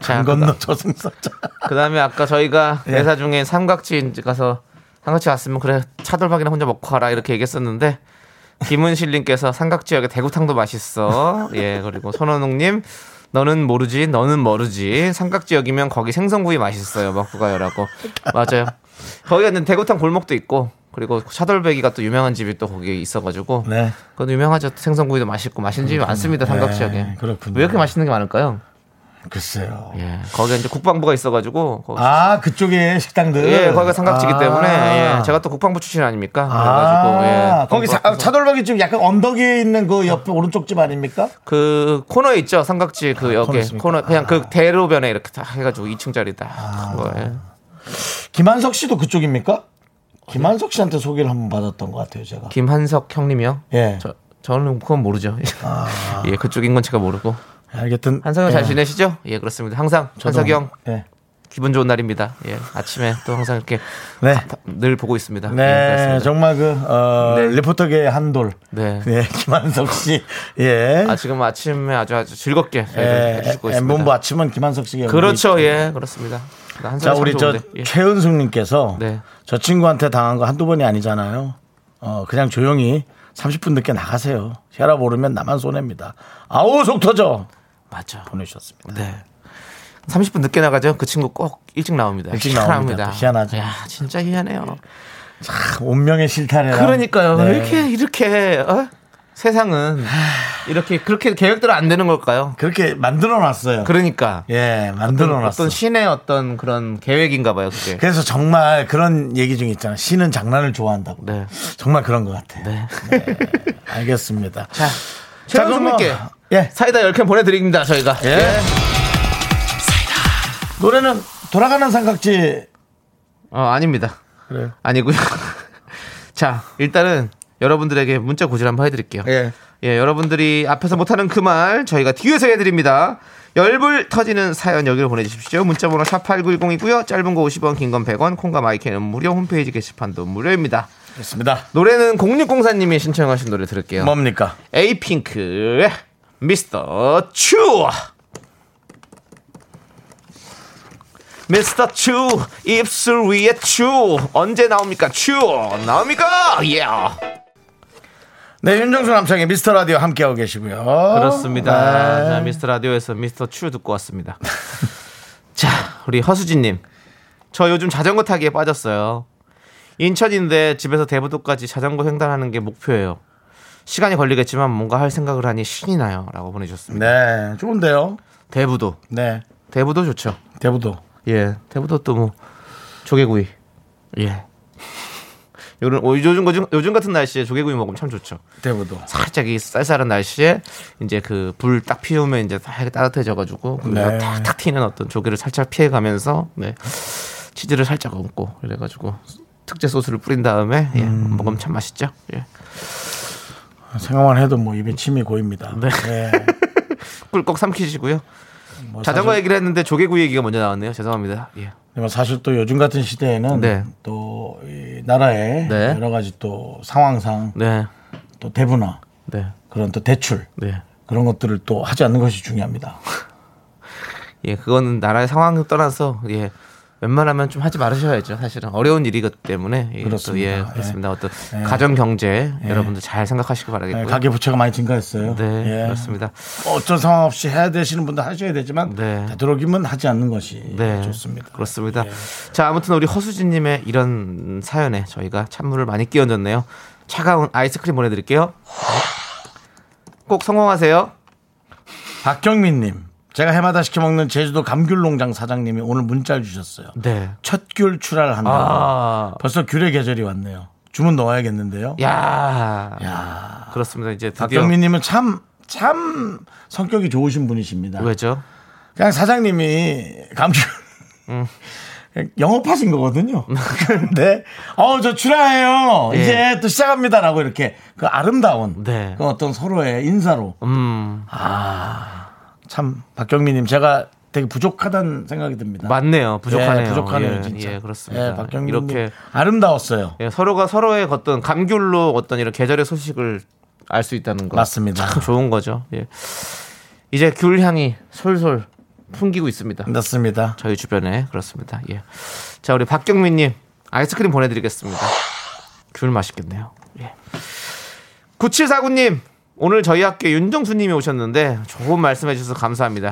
Speaker 2: 자,
Speaker 1: 강 건너 저승사자.
Speaker 2: 그 다음에 아까 저희가
Speaker 1: 예.
Speaker 2: 대사 중에 삼각지 가서 삼각지 왔으면 그래 차돌박이나 혼자 먹고 가라 이렇게 얘기했었는데 김은실님께서 삼각지역에 대구탕도 맛있어 예 그리고 손원웅님 너는 모르지 너는 모르지 삼각지역이면 거기 생선구이 맛있어요 먹고 가요라고 맞아요 거기 가는 대구탕 골목도 있고 그리고 차돌박이가 또 유명한 집이 또 거기에 있어가지고
Speaker 1: 네.
Speaker 2: 그건 유명하죠 생선구이도 맛있고 맛있는 집이 많습니다 삼각지역에
Speaker 1: 네, 그렇군요.
Speaker 2: 왜 이렇게 맛있는 게 많을까요?
Speaker 1: 글쎄요.
Speaker 2: 예. 거기에 이제 국방부가 있어가지고. 거기-
Speaker 1: 아 그쪽에 식당들.
Speaker 2: 예, 거기가 삼각지기
Speaker 1: 아.
Speaker 2: 때문에. 예. 제가 또 국방부 출신 아닙니까? 그래가지고,
Speaker 1: 아,
Speaker 2: 예.
Speaker 1: 거기 사,
Speaker 2: 그래서
Speaker 1: 차돌박이 좀 약간 언덕에 있는 그 옆에 오른쪽 집 아닙니까?
Speaker 2: 그 코너 있죠? 삼각지 그
Speaker 1: 아, 코너
Speaker 2: 여기.
Speaker 1: 있습니까? 아.
Speaker 2: 코너, 그냥 그 대로변에 이렇게 다 해가지고 2층짜리 다. 큰 거예요.
Speaker 1: 김한석 씨도 그쪽입니까?
Speaker 2: 네.
Speaker 1: 김한석 씨한테 소개를 한번 받았던 것 같아요, 제가.
Speaker 2: 김한석 형님이요?
Speaker 1: 예.
Speaker 2: 저, 저는 그건 모르죠. 예, 그쪽인 건 제가 모르고.
Speaker 1: 알겠든.
Speaker 2: 한석이 형 잘
Speaker 1: 아. 예.
Speaker 2: 지내시죠? 예, 그렇습니다. 항상
Speaker 1: 저도-
Speaker 2: 한석이 형
Speaker 1: 예.
Speaker 2: 기분 좋은 날입니다. 예, 아침에 또 항상 이렇게
Speaker 1: 네.
Speaker 2: 늘 보고 아, 있습니다. 예,
Speaker 1: 네,
Speaker 2: 그렇습니다.
Speaker 1: 정말 그, 어, 리포터계의 한돌.
Speaker 2: 네.
Speaker 1: 예, 김한석 씨. 예.
Speaker 2: 아 지금 아침에 아주 아주 즐겁게 저희를
Speaker 1: 예,
Speaker 2: 해주시고
Speaker 1: 엠본부
Speaker 2: 있습니다.
Speaker 1: 아침은 김한석 씨가. 여기
Speaker 2: 그렇죠, 예, 그렇습니다. 나 한석이
Speaker 1: 자,
Speaker 2: 참
Speaker 1: 우리 저
Speaker 2: 좋은데. 예.
Speaker 1: 최은숙님께서
Speaker 2: 네.
Speaker 1: 저 친구한테 당한 거 한두 번이 아니잖아요. 어, 그냥 조용히 30분 늦게 나가세요. 혈압 오르면 나만 손해입니다. 아우, 속 터져!
Speaker 2: 맞죠.
Speaker 1: 보내주셨습니다.
Speaker 2: 네. 30분 늦게 나가죠. 그 친구 꼭 일찍 나옵니다.
Speaker 1: 일찍 나옵니다. 희한하죠.
Speaker 2: 야, 진짜 희한해요.
Speaker 1: 운명의 실타래라.
Speaker 2: 그러니까요.
Speaker 1: 네.
Speaker 2: 이렇게 이렇게 어? 세상은 이렇게 그렇게 계획대로 안 되는 걸까요?
Speaker 1: 그렇게 만들어 놨어요.
Speaker 2: 그러니까
Speaker 1: 예, 만들어 놨어.
Speaker 2: 어떤 신의 어떤 그런 계획인가 봐요, 그게.
Speaker 1: 그래서 정말 그런 얘기 중에 있잖아. 신은 장난을 좋아한다고.
Speaker 2: 네.
Speaker 1: 정말 그런 것 같아.
Speaker 2: 네.
Speaker 1: 알겠습니다.
Speaker 2: 자,
Speaker 1: 그럼 뭐,
Speaker 2: 최현수님께
Speaker 1: 예.
Speaker 2: 사이다 10캔 보내드립니다, 저희가.
Speaker 1: 예. 노래는 돌아가는 삼각지.
Speaker 2: 어, 아닙니다.
Speaker 1: 그래요.
Speaker 2: 아니고요. 자, 일단은 여러분들에게 문자 고질 한번 해드릴게요.
Speaker 1: 예.
Speaker 2: 예, 여러분들이 앞에서 못하는 그 말 저희가 뒤에서 해드립니다. 열불 터지는 사연 여기로 보내주십시오. 문자번호 샵8910이고요. 짧은 거 50원, 긴 건 100원, 콩과 마이크는 무료, 홈페이지 게시판도 무료입니다.
Speaker 1: 그렇습니다.
Speaker 2: 노래는 0604님이 신청하신 노래 들을게요.
Speaker 1: 뭡니까?
Speaker 2: 에이핑크의 미스터 추 미스터 추 입술 위에 추 언제 나옵니까 추 나옵니까 예
Speaker 1: 네, 윤정수 남창의 미스터 라디오 함께하고 계시고요.
Speaker 2: 그렇습니다
Speaker 1: 네.
Speaker 2: 자 미스터 라디오에서 미스터 추 듣고 왔습니다 자 우리 허수진님 저 요즘 자전거 타기에 빠졌어요 인천인데 집에서 대부도까지 자전거 횡단하는 게 목표예요 시간이 걸리겠지만 뭔가 할 생각을 하니 신이 나요라고 보내주셨습니다.
Speaker 1: 네, 좋은데요.
Speaker 2: 대부도
Speaker 1: 네,
Speaker 2: 대부도 좋죠.
Speaker 1: 대부도.
Speaker 2: 예, 대부도 또 뭐 조개구이. 예. 요런 어, 요즘 요즘 요즘 같은 날씨에 조개구이 먹으면 참 좋죠.
Speaker 1: 대부도.
Speaker 2: 살짝 이 쌀쌀한 날씨에 이제 그 불 딱 피우면 이제 딱 따뜻해져가지고
Speaker 1: 네.
Speaker 2: 네. 탁탁 튀는 어떤 조개를 살짝 피해가면서 네. 치즈를 살짝 얹고 그래가지고 특제 소스를 뿌린 다음에 예, 먹으면 참 맛있죠. 예.
Speaker 1: 생각만 해도 뭐 입에 침이 고입니다.
Speaker 2: 네.
Speaker 1: 예,
Speaker 2: 꿀꺽 삼키시고요.
Speaker 1: 뭐
Speaker 2: 자전거 얘기를 했는데 조개구이 얘기가 먼저 나왔네요. 죄송합니다. 예.
Speaker 1: 하지만 뭐 사실 또 요즘 같은 시대에는
Speaker 2: 네.
Speaker 1: 또이 나라의
Speaker 2: 네.
Speaker 1: 여러 가지 또 상황상
Speaker 2: 네,
Speaker 1: 또 대분화
Speaker 2: 네,
Speaker 1: 그런 또 대출
Speaker 2: 네.
Speaker 1: 그런 것들을 또 하지 않는 것이 중요합니다.
Speaker 2: 예, 그거는 나라의 상황을 떠나서 예. 웬만하면 좀 하지 말으셔야죠. 사실은 어려운 일이기 때문에 예,
Speaker 1: 그렇습니다.
Speaker 2: 또,
Speaker 1: 예.
Speaker 2: 예, 그렇습니다. 어떤 가정 경제 여러분들 잘 생각하시기
Speaker 1: 네,
Speaker 2: 바라겠고요.
Speaker 1: 가계 부채가 많이 증가했어요.
Speaker 2: 네,
Speaker 1: 예.
Speaker 2: 그렇습니다.
Speaker 1: 어쩔 상황 없이 해야 되시는 분들 하셔야 되지만
Speaker 2: 네.
Speaker 1: 되도록이면 하지 않는 것이
Speaker 2: 네,
Speaker 1: 예, 좋습니다. 예.
Speaker 2: 그렇습니다. 자, 아무튼 우리 허수진님의 이런 사연에 저희가 찬물을 많이 끼얹었네요. 차가운 아이스크림 보내드릴게요. 꼭 성공하세요.
Speaker 1: 박경민님, 제가 해마다 시켜 먹는 제주도 감귤 농장 사장님이 오늘 문자를 주셨어요.
Speaker 2: 네.
Speaker 1: 첫 귤 출하를 한다고.
Speaker 2: 아,
Speaker 1: 벌써 귤의 계절이 왔네요. 주문 넣어야겠는데요.
Speaker 2: 야,
Speaker 1: 야.
Speaker 2: 그렇습니다. 이제 드디어
Speaker 1: 박경민님은 참, 참 성격이 좋으신 분이십니다.
Speaker 2: 왜죠?
Speaker 1: 그냥 사장님이 감귤.
Speaker 2: 음.
Speaker 1: 영업하신 거거든요. 근데 어 저 출하해요.
Speaker 2: 예.
Speaker 1: 이제 또 시작합니다라고 이렇게 그 아름다운
Speaker 2: 네.
Speaker 1: 그 어떤 서로의 인사로
Speaker 2: 음,
Speaker 1: 참 박경민님 제가 되게 부족하다는 생각이 듭니다.
Speaker 2: 아, 맞네요. 부족하네요.
Speaker 1: 예, 부족하네요,
Speaker 2: 예,
Speaker 1: 진짜.
Speaker 2: 예, 그렇습니다.
Speaker 1: 예, 박경민
Speaker 2: 이렇게
Speaker 1: 이렇게 아름다웠어요.
Speaker 2: 예, 서로가 서로의 어떤 감귤로 어떤 이런 계절의 소식을 알 수 있다는 거
Speaker 1: 맞습니다.
Speaker 2: 참 좋은 거죠. 예. 이제 귤 향이 솔솔 풍기고 있습니다.
Speaker 1: 네. 맞습니다.
Speaker 2: 저희 주변에 그렇습니다. 예. 자 우리 박경민님 아이스크림 보내드리겠습니다. 귤 맛있겠네요. 예. 9749님 오늘 저희 학교 윤정수님이 오셨는데 좋은 말씀해 주셔서 감사합니다.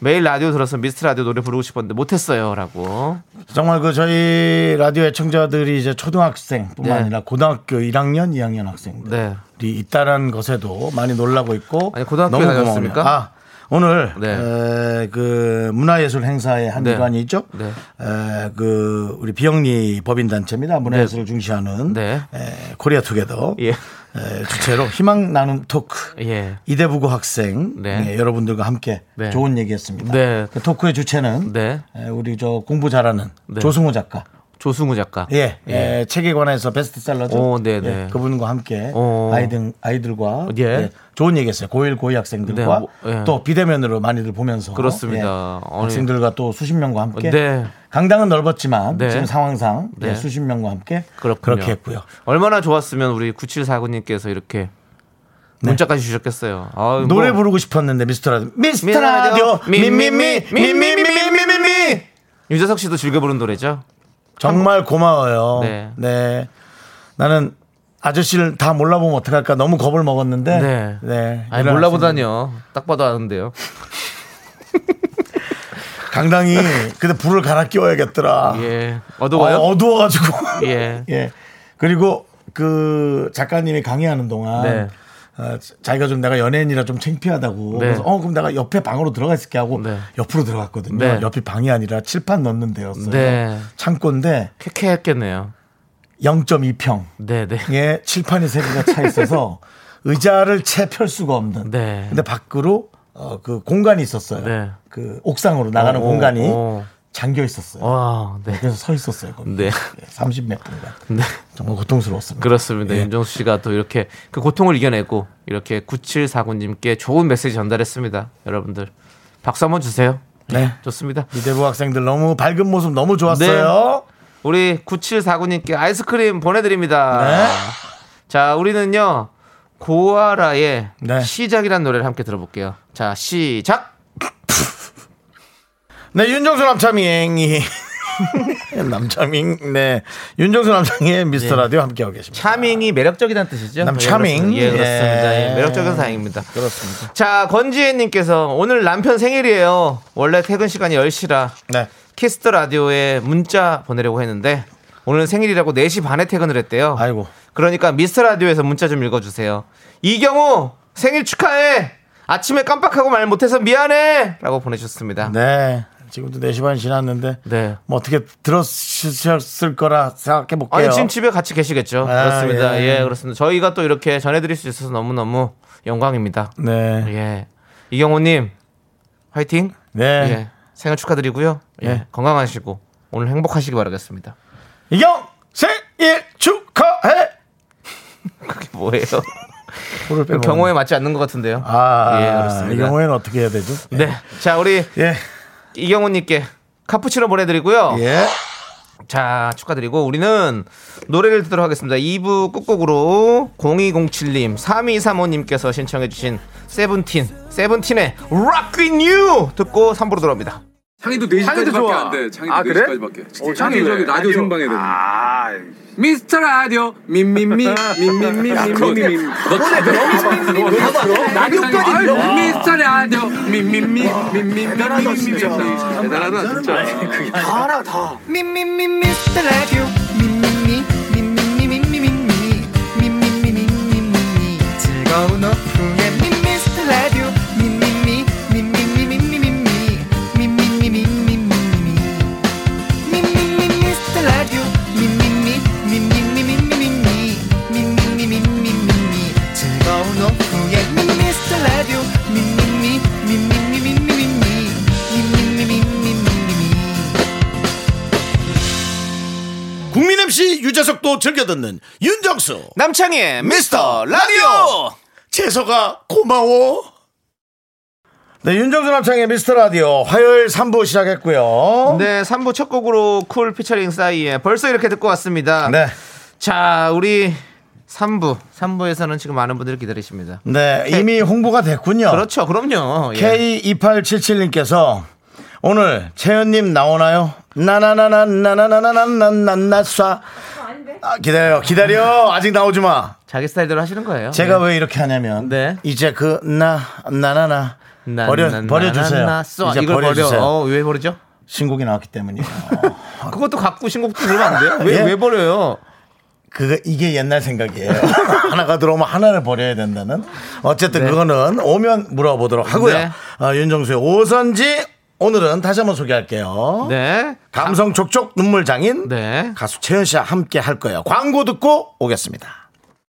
Speaker 2: 매일 라디오 들어서 미스트 라디오 노래 부르고 싶었는데 못했어요라고.
Speaker 1: 정말 그 저희 라디오 애청자들이 이제 초등학생뿐만
Speaker 2: 네.
Speaker 1: 아니라 고등학교 1학년, 2학년 학생들이
Speaker 2: 네.
Speaker 1: 있다라는 것에도 많이 놀라고 있고
Speaker 2: 아니, 고등학교에
Speaker 1: 너무 고마워요.
Speaker 2: 다녔습니까?
Speaker 1: 아, 오늘
Speaker 2: 네.
Speaker 1: 에, 그 문화예술 행사의 한
Speaker 2: 네.
Speaker 1: 일환이 있죠.
Speaker 2: 네.
Speaker 1: 에, 그 우리 비영리 법인 단체입니다. 문화예술을 중시하는
Speaker 2: 네.
Speaker 1: 에, 코리아 투게더
Speaker 2: 예.
Speaker 1: 에, 주체로 희망 나눔 토크
Speaker 2: 예.
Speaker 1: 이대부고 학생
Speaker 2: 네.
Speaker 1: 예, 여러분들과 함께
Speaker 2: 네.
Speaker 1: 좋은 얘기했습니다.
Speaker 2: 네.
Speaker 1: 그 토크의 주체는
Speaker 2: 네.
Speaker 1: 에, 우리 저 공부 잘하는
Speaker 2: 네.
Speaker 1: 조승우 작가.
Speaker 2: 조승우 작가.
Speaker 1: 예, 예, 책에 관해서 베스트셀러죠.
Speaker 2: 오, 네, 네.
Speaker 1: 예, 그분과 함께
Speaker 2: 오.
Speaker 1: 아이들 아이들과
Speaker 2: 예.
Speaker 1: 좋은 얘기했어요. 고1 고2 학생들과
Speaker 2: 네, 뭐, 예.
Speaker 1: 또 비대면으로 많이들 보면서
Speaker 2: 그렇습니다.
Speaker 1: 예,
Speaker 2: 아니.
Speaker 1: 학생들과 또 수십 명과 함께
Speaker 2: 네.
Speaker 1: 강당은 넓었지만
Speaker 2: 네.
Speaker 1: 지금 상황상
Speaker 2: 네.
Speaker 1: 예, 수십 명과 함께
Speaker 2: 그렇군요.
Speaker 1: 그렇게 했고요. 네.
Speaker 2: 얼마나 좋았으면 우리 9749님께서 이렇게 문자까지 주셨겠어요. 아,
Speaker 1: 노래
Speaker 2: 뭐
Speaker 1: 부르고 싶었는데 미스터 라디오 미스터
Speaker 2: 미스터라디오.
Speaker 1: 라디오 미미미 미미미미미미
Speaker 2: 유재석 씨도 즐겨 부른 노래죠.
Speaker 1: 정말 고마워요.
Speaker 2: 네.
Speaker 1: 네. 나는 아저씨를 다 몰라보면 어떡할까 너무 겁을 먹었는데
Speaker 2: 네.
Speaker 1: 네.
Speaker 2: 아니 몰라보다니요. 딱 봐도 아는데요.
Speaker 1: 강당이 근데 불을 갈아 끼워야겠더라.
Speaker 2: 예. 어두워요.
Speaker 1: 어, 두워가지고
Speaker 2: 예.
Speaker 1: 그리고 그 작가님이 강의하는 동안
Speaker 2: 네.
Speaker 1: 어, 자기가 좀 내가 연예인이라 좀 창피하다고
Speaker 2: 네.
Speaker 1: 그래서 어 그럼 내가 옆에 방으로 들어가 있을게 하고
Speaker 2: 네.
Speaker 1: 옆으로 들어갔거든요.
Speaker 2: 네.
Speaker 1: 옆이 방이 아니라 칠판 넣는 데였어요.
Speaker 2: 네.
Speaker 1: 창고인데
Speaker 2: 쾌쾌했겠네요.
Speaker 1: 0.2평.
Speaker 2: 네, 네.
Speaker 1: 예, 칠판이 세 개가 차 있어서 의자를 채 펼 수가 없는.
Speaker 2: 네.
Speaker 1: 근데 밖으로 어, 그 공간이 있었어요.
Speaker 2: 네.
Speaker 1: 그 옥상으로 나가는
Speaker 2: 오,
Speaker 1: 공간이
Speaker 2: 오.
Speaker 1: 잠겨 있었어요.
Speaker 2: 와, 네.
Speaker 1: 그래서 서 있었어요. 거기.
Speaker 2: 네.
Speaker 1: 30몇 분간.
Speaker 2: 네.
Speaker 1: 정말 고통스러웠습니다.
Speaker 2: 그렇습니다.
Speaker 1: 예.
Speaker 2: 윤정수 씨가 또 이렇게 그 고통을 이겨내고 이렇게 9749님께 좋은 메시지 전달했습니다. 여러분들 박수 한번 주세요.
Speaker 1: 네.
Speaker 2: 좋습니다.
Speaker 1: 이대부 학생들 너무 밝은 모습 너무 좋았어요.
Speaker 2: 우리 9749님께 아이스크림 보내드립니다.
Speaker 1: 네.
Speaker 2: 자, 우리는요, 고아라의
Speaker 1: 네.
Speaker 2: 시작이라는 노래를 함께 들어볼게요. 자, 시작!
Speaker 1: 네, 윤정수 남창희의 남창희 네 윤정수 남창희의 미스터
Speaker 2: 네.
Speaker 1: 라디오 함께하고 계십니다.
Speaker 2: 차밍이 매력적이라는 뜻이죠?
Speaker 1: 남
Speaker 2: 예,
Speaker 1: 차밍.
Speaker 2: 그렇습니다. 예, 그렇습니다.
Speaker 1: 예.
Speaker 2: 예, 매력적인 사항입니다.
Speaker 1: 그렇습니다.
Speaker 2: 자, 권지혜님께서 오늘 남편 생일이에요. 원래 퇴근 시간이 10시라
Speaker 1: 네.
Speaker 2: 키스터 라디오에 문자 보내려고 했는데 오늘 생일이라고 4시 반에 퇴근을 했대요.
Speaker 1: 아이고.
Speaker 2: 그러니까 미스터 라디오에서 문자 좀 읽어주세요. 이경우 생일 축하해. 아침에 깜빡하고 말 못해서 미안해라고 보내주셨습니다. 네.
Speaker 1: 네. 지금도 4시 반 지났는데 뭐 어떻게 들었을 거라 생각해 볼게요.
Speaker 2: 아니 지금 집에 같이 계시겠죠.
Speaker 1: 아,
Speaker 2: 그렇습니다. 예.
Speaker 1: 예.
Speaker 2: 그렇습니다. 저희가 또 이렇게 전해드릴 수 있어서 너무 너무 영광입니다.
Speaker 1: 네.
Speaker 2: 예, 이경호님 화이팅.
Speaker 1: 네.
Speaker 2: 예, 생일 축하드리고요. 예,
Speaker 1: 예.
Speaker 2: 건강하시고 오늘 행복하시기 바라겠습니다.
Speaker 1: 이경 생일 축하해.
Speaker 2: 그게 뭐예요?
Speaker 1: 호를 빼먹었네.
Speaker 2: 경호에 맞지 않는 것 같은데요.
Speaker 1: 어. 아,
Speaker 2: 예, 그렇습니다.
Speaker 1: 이 경우에는 어떻게 해야 되죠? 예.
Speaker 2: 네, 자 우리
Speaker 1: 예.
Speaker 2: 이경호님께 카푸치노 보내드리고요.
Speaker 1: 예.
Speaker 2: 자, 축하드리고 우리는 노래를 듣도록 하겠습니다. 2부 끝곡으로 0207님, 3235님께서 신청해 주신 세븐틴, 세븐틴의 Rock With You 듣고 3부로 돌아옵니다.
Speaker 5: 창의도 4시까지밖에 안 돼. 창의도 4시까지밖에. 창의 저기 라디오 생방에 되는. 미스터 라디오 민민미 민민미 민민미. 라디오까지 들어. 미스터 라디오 민민미 민민미 민민미. 대단하다 진짜.
Speaker 1: 국민 MC 유재석도 즐겨 듣는 윤정수
Speaker 2: 남창희의 미스터 라디오!
Speaker 1: 라디오 재석아 고마워. 네, 윤정수 남창의 미스터 라디오 화요일 3부 시작했고요.
Speaker 2: 네, 3부 첫 곡으로 쿨 피처링 싸이의 벌써 이렇게 듣고 왔습니다.
Speaker 1: 네.
Speaker 2: 자, 우리 3부. 3부에서는 지금 많은 분들이 기다리십니다.
Speaker 1: 네, 이미 홍보가 됐군요.
Speaker 2: 그렇죠, 그럼요. 예.
Speaker 1: K2877님께서 오늘 채연님 나오나요? 나나나나나나나나나나나싸 아, 기다려 기다려 아직 나오지 마
Speaker 2: 자기 스타일대로 하시는 거예요.
Speaker 1: 제가
Speaker 2: 예.
Speaker 1: 왜 이렇게 하냐면
Speaker 2: 네.
Speaker 1: 이제 그 나 나나나
Speaker 2: 나,
Speaker 1: 버려
Speaker 2: 나, 나,
Speaker 1: 버려주세요
Speaker 2: 나, 나, 써.
Speaker 1: 이제
Speaker 2: 이걸 버려.
Speaker 1: 버려주세요
Speaker 2: 어, 왜 버리죠?
Speaker 1: 신곡이 나왔기 때문이에요
Speaker 2: 그것도 갖고 신곡도 들으면 안 돼요? 왜,
Speaker 1: 예?
Speaker 2: 왜 버려요?
Speaker 1: 그 이게 옛날 생각이에요. 하나가 들어오면 하나를 버려야 된다는. 어쨌든 그거는 오면 물어보도록 하고요.
Speaker 2: 네.
Speaker 1: 어, 윤정수의 오선지 오늘은 다시 한번 소개할게요.
Speaker 2: 네.
Speaker 1: 감성 촉촉 눈물 장인
Speaker 2: 네.
Speaker 1: 가수 채연 씨와 함께 할 거예요. 광고 듣고 오겠습니다.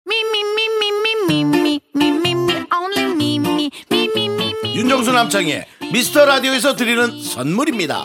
Speaker 3: Me, me, me, me, me, me, me, me, me, me, only me, me, me, me, me, me.
Speaker 1: 윤정수 남창의 미스터 라디오에서 드리는 선물입니다.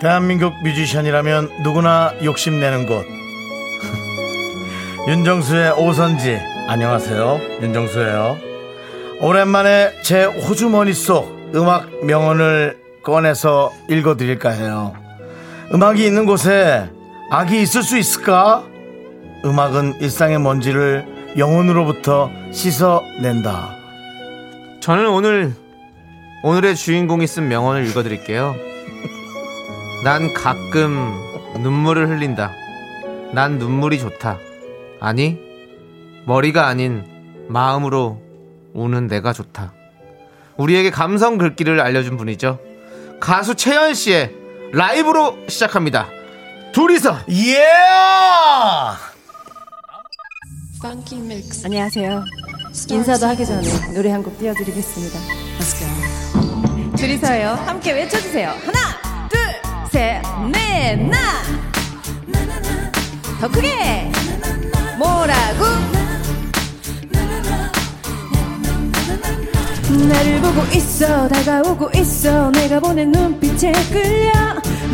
Speaker 1: 대한민국 뮤지션이라면 누구나 욕심내는 곳 윤정수의 오선지 안녕하세요 윤정수예요 오랜만에 제 호주머니 속 음악 명언을 꺼내서 읽어드릴까 해요 음악이 있는 곳에 악이 있을 수 있을까? 음악은 일상의 먼지를 영혼으로부터 씻어낸다
Speaker 2: 저는 오늘 오늘의 주인공이 쓴 명언을 읽어드릴게요 난 가끔 눈물을 흘린다 난 눈물이 좋다 아니 머리가 아닌 마음으로 우는 내가 좋다 우리에게 감성 글귀를 알려준 분이죠 가수 채연 씨의 라이브로 시작합니다 둘이서
Speaker 1: 예!
Speaker 6: 안녕하세요. 인사도 하기 전에 노래 한 곡 띄워드리겠습니다. 둘이서요. 함께 외쳐주세요. 하나, 둘, 셋, 넷, 나. 더 크게. 뭐라고? 나를 보고 있어 다가오고 있어 내가 보낸 눈빛에 끌려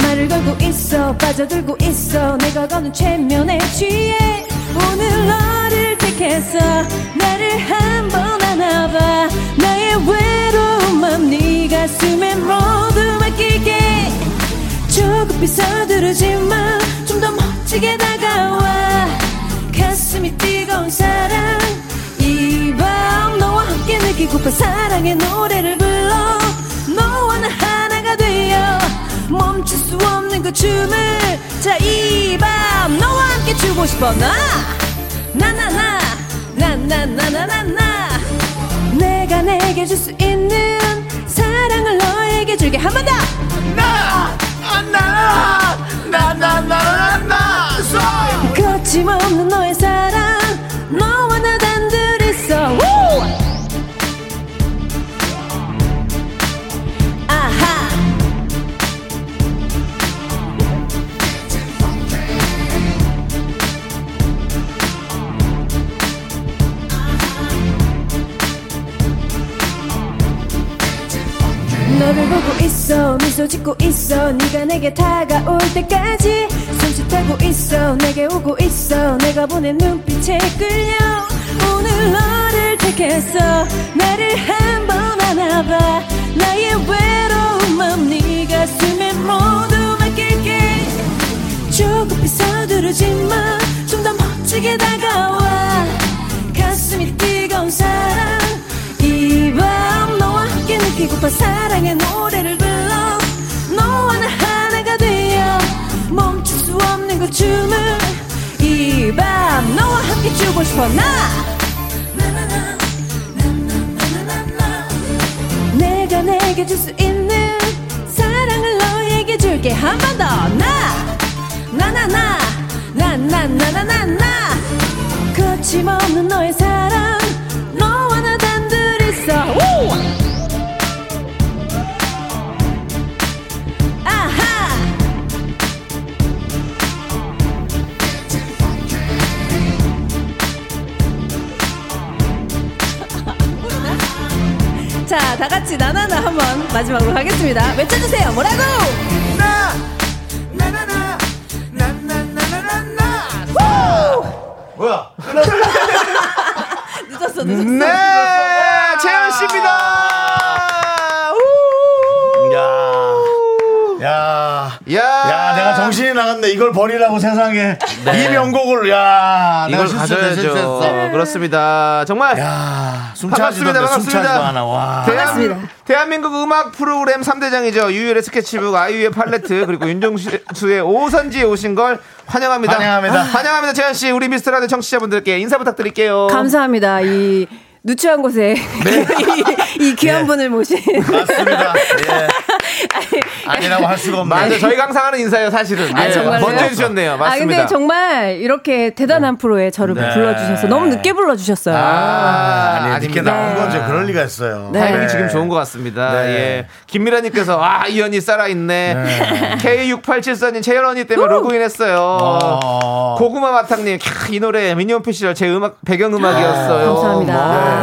Speaker 6: 말을 걸고 있어 빠져들고 있어 내가 가는 최면에 취해 오늘 너를 택했어 나를 한번 안아봐 나의 외로움만 네 가슴에 모두 맡길게 조급히 서두르지만 좀 더 멋지게 다가와 가슴이 뜨거운 사랑 이 밤 너와 함께 느끼고파 사랑의 노래를 불러 너와 나 하나가 되어 멈출 수 없는 그 춤을 자 이 밤 너와 함께 추고 싶어 나 나나나 나나나나나나 내가 내게 줄 수 있는 사랑을 너에게 줄게 한 번 더! 거침없는 너의 사랑 너와 나 단둘이서 우! 아하 너를 보고 있어 미소 짓고 있어 네가 내게 다가올 때까지 숨쉬 타고 있어 내게 오고 있어 내가 보낸 눈빛에 끌려 오늘 너를 택했어 나를 한번 안아봐 나의 외로운 마음 네 가슴에 모두 맡길게 조급히 서두르지마 좀 더 멋지게 다가와 가슴이 뜨거운 사랑 이 밤 너와 함께 느끼고파 사랑의 노래를 불러 너와 나 하나가 되어 멈출 수 없는 그 춤을 이 밤 너와 함께 추고 싶어 나 나나나, 나나나나나나. 내가 내게 줄 수 있는 사랑을 너에게 줄게 한 번 더 나. 나나나 나나나나나나 거침없는 너의 사랑 너 있어 우! 아하 자, 다 같이 나나나 한번 마지막으로 하겠습니다. 외쳐주세요. 뭐라고?
Speaker 1: 뭐야?
Speaker 6: 늦었어, 늦었어.
Speaker 2: 네, 재현 씨입니다.
Speaker 1: 야. 야.
Speaker 2: 야,
Speaker 1: 야, 내가 정신이 나갔네. 이걸 버리라고 세상에. 이 명곡을, 야. 내가
Speaker 2: 네. 이걸
Speaker 1: 실수했네,
Speaker 2: 가져야죠.
Speaker 1: 실수했어.
Speaker 2: 그렇습니다. 정말
Speaker 1: 야,
Speaker 2: 반갑습니다,
Speaker 1: 숨차지도 않네, 숨차지도
Speaker 2: 반갑습니다.
Speaker 1: 않아. 와.
Speaker 2: 대한, 대한민국 음악 프로그램 3대장이죠. 유일의 스케치북, 아이유의 팔레트, 그리고 윤종수의 오선지에 오신 걸 환영합니다.
Speaker 1: 환영합니다.
Speaker 2: 아, 환영합니다, 재현 씨. 우리 미스터라드 청취자분들께 인사
Speaker 1: 어.
Speaker 2: 부탁드릴게요.
Speaker 6: 감사합니다. 이 누추한 곳에 이, 이 귀한
Speaker 1: 예.
Speaker 6: 분을 모신
Speaker 1: 네. 맞습니다. 예.
Speaker 6: 아니,
Speaker 1: 아니라고 할 수가 없네.
Speaker 2: 맞아요. 저희가 항상 하는 인사예요, 사실은.
Speaker 1: 아, 정말요?
Speaker 2: 먼저 해주셨네요.
Speaker 6: 아
Speaker 2: 맞습니다.
Speaker 6: 근데 정말 이렇게 대단한 프로에 저를
Speaker 1: 네.
Speaker 6: 불러주셔서 너무 늦게 불러주셨어요.
Speaker 2: 아,
Speaker 1: 아니, 이렇게
Speaker 2: 아닙니다.
Speaker 1: 나온 건지 그럴 리가 있어요.
Speaker 6: 네.
Speaker 2: 타이밍이 지금 좋은 것 같습니다.
Speaker 1: 네.
Speaker 2: 예. 김미라님께서, 아, 이 언니 살아있네. K6874님, 채연 언니 때문에 로그인했어요.
Speaker 1: 어.
Speaker 2: 고구마 마탕님, 캬, 이 노래 미니홈피 시절 제 음악,
Speaker 6: 아,
Speaker 2: 배경음악이었어요.
Speaker 6: 감사합니다. 아.
Speaker 2: 뭐.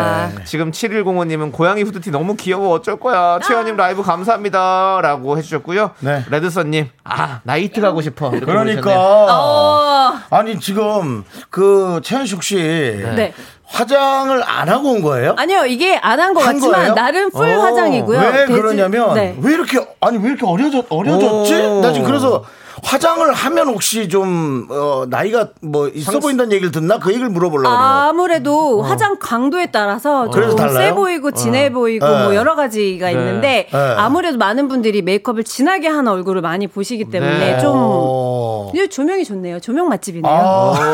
Speaker 2: 지금 7105님은 고양이 후드티 너무 귀여워 어쩔 거야. 채연님 라이브 감사합니다. 라고 해주셨고요.
Speaker 1: 네.
Speaker 2: 레드선님, 아, 나이트 가고 싶어. 이렇게 보내셨네요.
Speaker 1: 그러니까.
Speaker 6: 어,
Speaker 1: 아니, 지금 그 최현숙 씨.
Speaker 6: 네.
Speaker 1: 화장을 안 하고 온 거예요?
Speaker 6: 아니요 이게 안 한 것
Speaker 1: 한
Speaker 6: 같지만
Speaker 1: 거예요?
Speaker 6: 나름 풀
Speaker 1: 어,
Speaker 6: 화장이고요.
Speaker 1: 왜
Speaker 6: 돼지-
Speaker 1: 그러냐면
Speaker 6: 네.
Speaker 1: 왜 이렇게 아니 왜 이렇게 어려졌 어려졌지?
Speaker 2: 오.
Speaker 1: 나 지금 그래서 화장을 하면 혹시 좀 어, 나이가 뭐 있어 보인다는 얘기를 듣나 그 얘기를 물어보려고 그래요.
Speaker 6: 아무래도 화장 강도에 따라서
Speaker 1: 음. 어. 그래서
Speaker 6: 좀 세
Speaker 1: 달라요? 어.
Speaker 6: 보이고 진해 보이고
Speaker 1: 네.
Speaker 6: 뭐 여러 가지가 있는데
Speaker 1: 네.
Speaker 6: 아무래도 많은 분들이 메이크업을 진하게 한 얼굴을 많이 보시기 때문에
Speaker 2: 네.
Speaker 6: 좀
Speaker 1: 어.
Speaker 2: 예.
Speaker 1: 아.
Speaker 6: 이 조명이 좋네요. 조명 맛집이네요.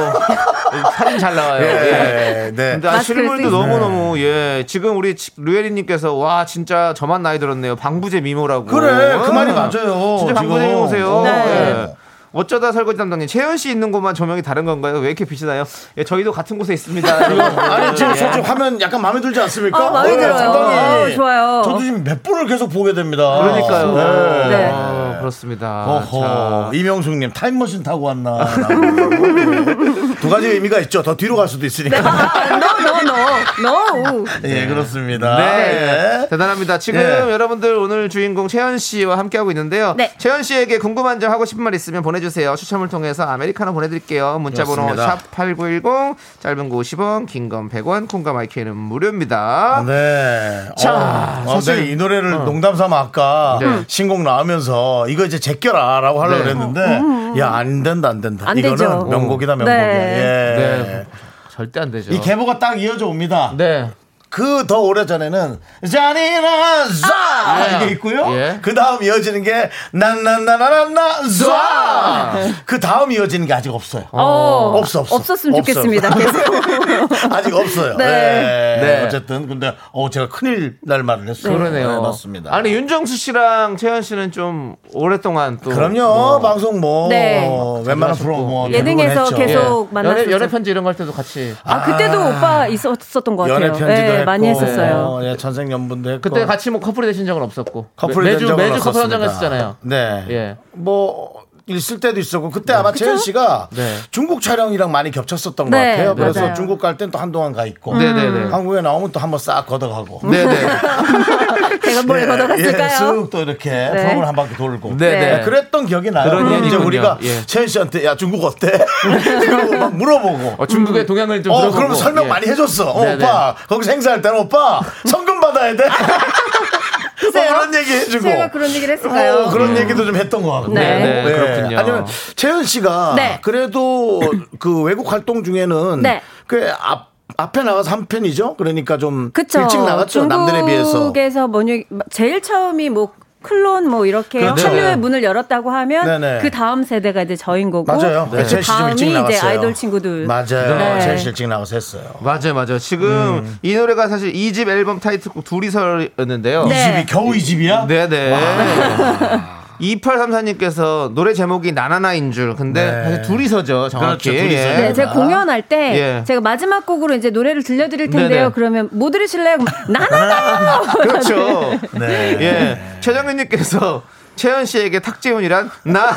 Speaker 2: 어, 사진 잘 나와요. 예.
Speaker 1: 네. 네.
Speaker 2: 근데 아,
Speaker 6: 마스크를 네.
Speaker 2: 실물도
Speaker 6: 쓰-
Speaker 2: 너무너무 예 지금 우리 치- 루에리님께서 와 진짜 저만 나이 들었네요 방부제 미모라고
Speaker 1: 그래, 그 말이
Speaker 2: 어.
Speaker 1: 맞아요,
Speaker 2: 진짜 방부제
Speaker 1: 지금.
Speaker 2: 미모세요
Speaker 1: 네.
Speaker 2: 예. 어쩌다 설거지 담당님 채연 씨 있는 곳만 조명이 다른 건가요 왜 이렇게 빛이 나요 예 저희도 같은 곳에 있습니다
Speaker 1: 아니 지금
Speaker 2: 예.
Speaker 1: 솔직히 화면 약간 마음에 들지 않습니까?
Speaker 6: 아, 마음에
Speaker 1: 네,
Speaker 6: 들어요.
Speaker 1: 상당히.
Speaker 6: 어, 좋아요.
Speaker 1: 저도 지금 몇 분을 계속 보게 됩니다.
Speaker 2: 그러니까요
Speaker 1: 네.
Speaker 6: 네.
Speaker 2: 어, 그렇습니다
Speaker 1: 어허,
Speaker 2: 자,
Speaker 1: 이명숙님 타임머신 타고 왔나? 두 가지 의미가 있죠. 더 뒤로 갈 수도 있으니까.
Speaker 6: 아, 노노노 노.
Speaker 1: 예, 그렇습니다.
Speaker 2: 네.
Speaker 1: 예.
Speaker 2: 대단합니다. 지금
Speaker 1: 예.
Speaker 2: 여러분들 오늘 주인공 채연 씨와 함께하고 있는데요.
Speaker 6: 네.
Speaker 2: 채연 씨에게 궁금한 점 하고 싶은 말 있으면 보내주세요. 추첨을 통해서 아메리카노 보내드릴게요. 문자번호
Speaker 1: 그렇습니다.
Speaker 2: 샵8910, 짧은 거 50원, 긴 건 100원, 콩과 마이크는 무료입니다.
Speaker 1: 네. 어,
Speaker 2: 자,
Speaker 1: 어,
Speaker 2: 사실-
Speaker 1: 내가 이 노래를 농담 삼아 아까
Speaker 2: 네.
Speaker 1: 신곡 나오면서 이거 이제 제껴라 라고 하려고
Speaker 2: 네.
Speaker 1: 그랬는데 야, 안 된다, 안 된다.
Speaker 6: 음, 안
Speaker 1: 이거는
Speaker 6: 되죠.
Speaker 1: 명곡이다, 명곡이야.
Speaker 6: 네.
Speaker 1: 예.
Speaker 2: 네. 절대 안 되죠.
Speaker 1: 이 계보가 딱 이어져 옵니다.
Speaker 2: 네.
Speaker 1: 그 더 오래 전에는 자니나 자
Speaker 2: 아!
Speaker 1: 이게 있고요.
Speaker 2: 예.
Speaker 1: 그 다음 이어지는 게 난난나나나나 자그 다음 이어지는 게 아직 없어요. 없어 없어
Speaker 6: 없었으면
Speaker 1: 없어.
Speaker 6: 좋겠습니다. 계속.
Speaker 1: 아직 없어요.
Speaker 6: 네.
Speaker 1: 네.
Speaker 2: 네.
Speaker 1: 어쨌든 근데 어 제가 큰일 날 말을 했어요.
Speaker 2: 그러네요.
Speaker 1: 네, 맞습니다.
Speaker 2: 아니, 윤정수 씨랑 채연 씨는 좀 오랫동안 또.
Speaker 1: 그럼요.
Speaker 2: 뭐
Speaker 1: 방송 뭐
Speaker 6: 네.
Speaker 1: 어, 웬만한 프로 뭐 대부분
Speaker 6: 예능에서
Speaker 1: 했죠.
Speaker 2: 예.
Speaker 6: 계속 만났었죠.
Speaker 2: 연애, 연애 편지 이런 거 할 때도 같이.
Speaker 6: 아 그때도 오빠 있었던 것 같아요.
Speaker 1: 연애 편지도
Speaker 6: 예,
Speaker 1: 했고,
Speaker 6: 많이 했었어요.
Speaker 1: 어, 예, 전생연분도 했고
Speaker 2: 그때 같이 뭐 커플이 되신 적은 없었고.
Speaker 1: 커플이
Speaker 2: 매주,
Speaker 1: 된 적은
Speaker 2: 매주 커플
Speaker 1: 없었습니다.
Speaker 2: 한장 했었잖아요.
Speaker 1: 네.
Speaker 2: 예.
Speaker 1: 뭐 있을 때도 있었고 그때 아마 채연 씨가
Speaker 2: 네.
Speaker 1: 중국 촬영이랑 많이 겹쳤었던 것
Speaker 6: 네,
Speaker 1: 같아요. 그래서
Speaker 6: 맞아요.
Speaker 1: 중국 갈 땐 또 한동안 가 있고
Speaker 2: 네네네.
Speaker 1: 한국에 나오면 또 한번 싹 걷어가고
Speaker 2: 네네.
Speaker 6: 제가
Speaker 1: 예,
Speaker 6: 뭘 걷어갔을까요?
Speaker 1: 쑥또 이렇게 프로그램 한 바퀴 돌고
Speaker 2: 네. 네네.
Speaker 1: 네, 그랬던 기억이 나요.
Speaker 2: 그런
Speaker 1: 이제
Speaker 2: 얘기군요.
Speaker 1: 우리가
Speaker 2: 예.
Speaker 1: 채연 씨한테 야 중국 어때? 이러고 막 물어보고
Speaker 2: 어, 중국의 동향을 좀.
Speaker 1: 어,
Speaker 2: 들어보고.
Speaker 1: 그럼 설명
Speaker 2: 예.
Speaker 1: 많이 해줬어. 어,
Speaker 2: 네, 네.
Speaker 1: 오빠, 거기서 행사할 때는 오빠, 성금 받아야 돼. 어, 그런 얘기 해주고.
Speaker 6: 제가 그런 얘기를 했을까요?
Speaker 1: 어, 그런 얘기도 좀 했던 것 같고. 예.
Speaker 6: 네.
Speaker 2: 음. 네, 그렇군요.
Speaker 1: 아니면 채연 씨가
Speaker 6: 네.
Speaker 1: 그래도 그 외국 활동 중에는
Speaker 6: 네.
Speaker 1: 그 앞, 앞에 나가서 한 편이죠. 그러니까 좀
Speaker 6: 그쵸.
Speaker 1: 일찍 나갔죠. 남들에 비해서.
Speaker 6: 중국에서 뭐냐 제일 처음이 뭐 클론 뭐 이렇게
Speaker 1: 그렇죠.
Speaker 6: 한류의
Speaker 1: 네.
Speaker 6: 문을 열었다고 하면
Speaker 1: 네네.
Speaker 6: 그 다음 세대가 이제 저인 거고
Speaker 1: 맞아요.
Speaker 6: 그
Speaker 1: 채연 씨좀
Speaker 6: 다음이
Speaker 1: 어? 일찍
Speaker 6: 이제
Speaker 1: 나갔어요.
Speaker 6: 아이돌 친구들
Speaker 1: 맞아요.
Speaker 6: 네.
Speaker 1: 채연 씨 일찍 나가서 했어요.
Speaker 2: 맞아요, 맞아요. 지금
Speaker 1: 음.
Speaker 2: 이 노래가 사실 2집 앨범 타이틀곡 둘이서였는데요.
Speaker 6: 네.
Speaker 1: 이 집이 겨우 이 집이야?
Speaker 2: 네네. 2834님께서 노래 제목이 나나나인 줄. 근데
Speaker 1: 네.
Speaker 2: 사실 둘이서죠, 정확히.
Speaker 1: 그렇죠, 둘이서죠.
Speaker 6: 네, 제가 공연할 때
Speaker 2: 예.
Speaker 6: 제가 마지막 곡으로 이제 노래를 들려드릴 텐데요.
Speaker 2: 네네.
Speaker 6: 그러면 뭐 들으실래요? 그럼 나나나.
Speaker 2: 그렇죠.
Speaker 1: 네.
Speaker 2: 예. 최정현님께서 채연 씨에게 탁재훈이란 나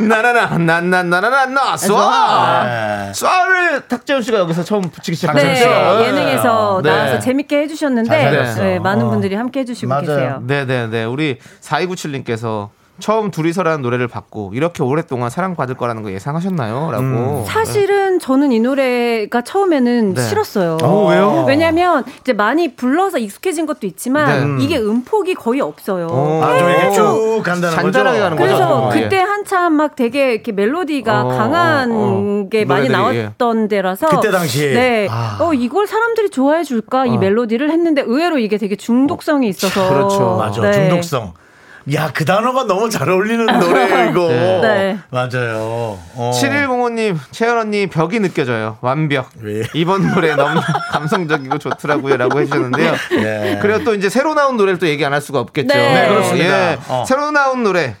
Speaker 2: 나나나 나나나나나 나 쏴.
Speaker 1: 네.
Speaker 2: 쏴를 탁재훈 씨가 여기서 처음 붙이기
Speaker 6: 네,
Speaker 2: 시작했어요.
Speaker 1: 재밌어요.
Speaker 6: 예능에서
Speaker 2: 네.
Speaker 6: 나와서 재밌게
Speaker 1: 잘
Speaker 6: 해주셨는데
Speaker 2: 살렸어.
Speaker 6: 네, 많은
Speaker 1: 어.
Speaker 6: 분들이 함께 해주시고
Speaker 1: 맞아요.
Speaker 6: 계세요.
Speaker 2: 네네네. 우리 4297님께서 처음 둘이서라는 노래를 받고 이렇게 오랫동안 사랑받을 거라는 거 예상하셨나요?
Speaker 6: 음.
Speaker 2: 라고.
Speaker 6: 사실은 저는 이 노래가 처음에는
Speaker 2: 네.
Speaker 6: 싫었어요.
Speaker 1: 어, 왜요?
Speaker 6: 왜냐면 이제 많이 불러서 익숙해진 것도 있지만
Speaker 2: 네.
Speaker 6: 이게 음폭이 거의 없어요.
Speaker 2: 어.
Speaker 1: 아, 좀 이렇게 쭉 간다는 거죠?
Speaker 2: 잔잔하게 가는 거죠.
Speaker 6: 그래서
Speaker 2: 어,
Speaker 6: 그때
Speaker 2: 예.
Speaker 6: 한참 막 되게 이렇게 멜로디가
Speaker 2: 어,
Speaker 6: 강한
Speaker 2: 어, 어.
Speaker 6: 게 많이
Speaker 2: 노래들이,
Speaker 6: 나왔던 데라서
Speaker 1: 그때 당시에.
Speaker 6: 네. 어 이걸 사람들이 좋아해 줄까 이 멜로디를 했는데 의외로 이게 되게 중독성이 있어서
Speaker 2: 그렇죠.
Speaker 1: 맞아.
Speaker 6: 네.
Speaker 1: 중독성. 야, 그 단어가 너무 잘 어울리는 노래예요, 이거.
Speaker 6: 네.
Speaker 1: 맞아요. 어.
Speaker 2: 7105님, 채연 언니 벽이 느껴져요. 완벽.
Speaker 1: 왜?
Speaker 2: 이번 노래 너무 감성적이고 좋더라고요. 라고 해주셨는데요.
Speaker 1: 예.
Speaker 2: 그리고 또 이제 새로 나온 노래를 또 얘기 안 할 수가 없겠죠.
Speaker 6: 네. 네,
Speaker 1: 그렇습니다.
Speaker 2: 예.
Speaker 1: 어.
Speaker 2: 새로 나온 노래.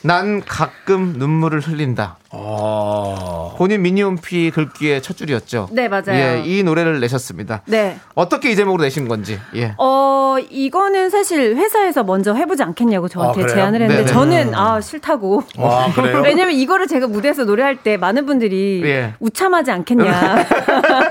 Speaker 2: 난 가끔 눈물을 흘린다.
Speaker 1: 어.
Speaker 2: 본인 미니홈피 글귀의 첫 줄이었죠.
Speaker 6: 네, 맞아요.
Speaker 2: 예, 이 노래를 내셨습니다.
Speaker 6: 네.
Speaker 2: 어떻게 이 제목으로 내신 건지. 예.
Speaker 6: 어 이거는 사실 회사에서 먼저 해보지 않겠냐고 저한테
Speaker 1: 아, 그래요?
Speaker 6: 제안을 했는데
Speaker 2: 네네.
Speaker 6: 저는 아 싫다고
Speaker 1: 와, 그래요?
Speaker 6: 왜냐면 이거를 제가 무대에서 노래할 때 많은 분들이
Speaker 2: 예.
Speaker 6: 우참하지 않겠냐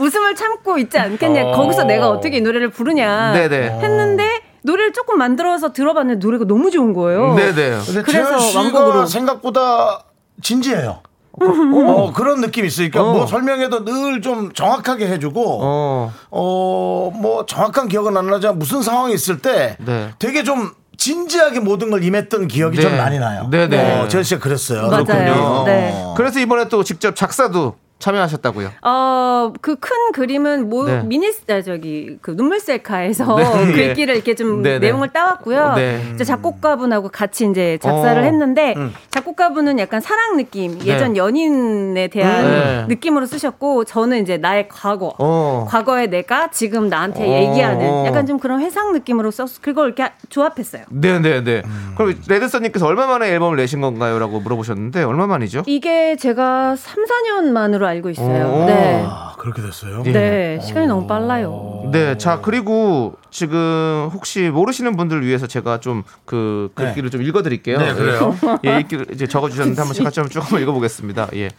Speaker 6: 웃음을 참고 있지 않겠냐
Speaker 1: 어.
Speaker 6: 거기서 내가 어떻게 이 노래를 부르냐
Speaker 2: 네네.
Speaker 6: 했는데 노래를 조금 만들어서 들어봤는데 노래가 너무 좋은 거예요
Speaker 2: 네네.
Speaker 1: 근데
Speaker 6: 그래서
Speaker 1: 채연 씨가
Speaker 6: 왕곡으로.
Speaker 1: 생각보다 진지해요. 어, 그런 느낌이 있으니까
Speaker 2: 어.
Speaker 1: 뭐 설명해도 늘 좀 정확하게 해주고 어.
Speaker 2: 어.
Speaker 1: 뭐 정확한 기억은 안 나지만 무슨 상황이 있을 때
Speaker 2: 네.
Speaker 1: 되게 좀 진지하게 모든 걸 임했던 기억이
Speaker 2: 네.
Speaker 1: 좀 많이 나요.
Speaker 2: 네네.
Speaker 1: 어, 채연 씨가 그랬어요.
Speaker 6: 맞아요.
Speaker 2: 그렇군요.
Speaker 6: 네.
Speaker 1: 어.
Speaker 2: 그래서 이번에 또 직접 작사도 참여하셨다고요.
Speaker 6: 어, 그 큰 그림은 모,
Speaker 2: 네.
Speaker 6: 미니, 아, 저기, 그 눈물 셀카에서
Speaker 2: 네.
Speaker 6: 글귀를 이렇게 좀
Speaker 2: 네, 네.
Speaker 6: 내용을 따왔고요.
Speaker 2: 네.
Speaker 6: 이제 작곡가분하고 같이 이제 작사를
Speaker 2: 어.
Speaker 6: 했는데, 작곡가분은 약간 사랑 느낌, 예전 연인에 대한
Speaker 2: 네.
Speaker 6: 느낌으로 쓰셨고, 저는 이제 나의 과거.
Speaker 2: 어.
Speaker 6: 과거의 내가 지금 나한테
Speaker 2: 어.
Speaker 6: 얘기하는 약간 좀 그런 회상 느낌으로 썼, 그걸 이렇게 하- 조합했어요.
Speaker 2: 네네네.
Speaker 1: 음.
Speaker 2: 그럼 레드썬님께서 얼마 만에 앨범을 내신 건가요? 라고 물어보셨는데, 얼마 만이죠?
Speaker 6: 이게 제가 3, 4년 만으로 알고 있어요.
Speaker 2: 오.
Speaker 6: 네.
Speaker 1: 아, 그렇게 됐어요.
Speaker 2: 예.
Speaker 6: 네. 시간이 너무 빨라요.
Speaker 1: 어.
Speaker 2: 네, 자 그리고 지금 혹시 모르시는 분들 위해서 제가 좀 그 글귀를 좀 읽어드릴게요.
Speaker 1: 네, 그래요.
Speaker 2: 예, 읽기를 이제 적어주셨는데 한번 제가 좀 조금 읽어보겠습니다. 예,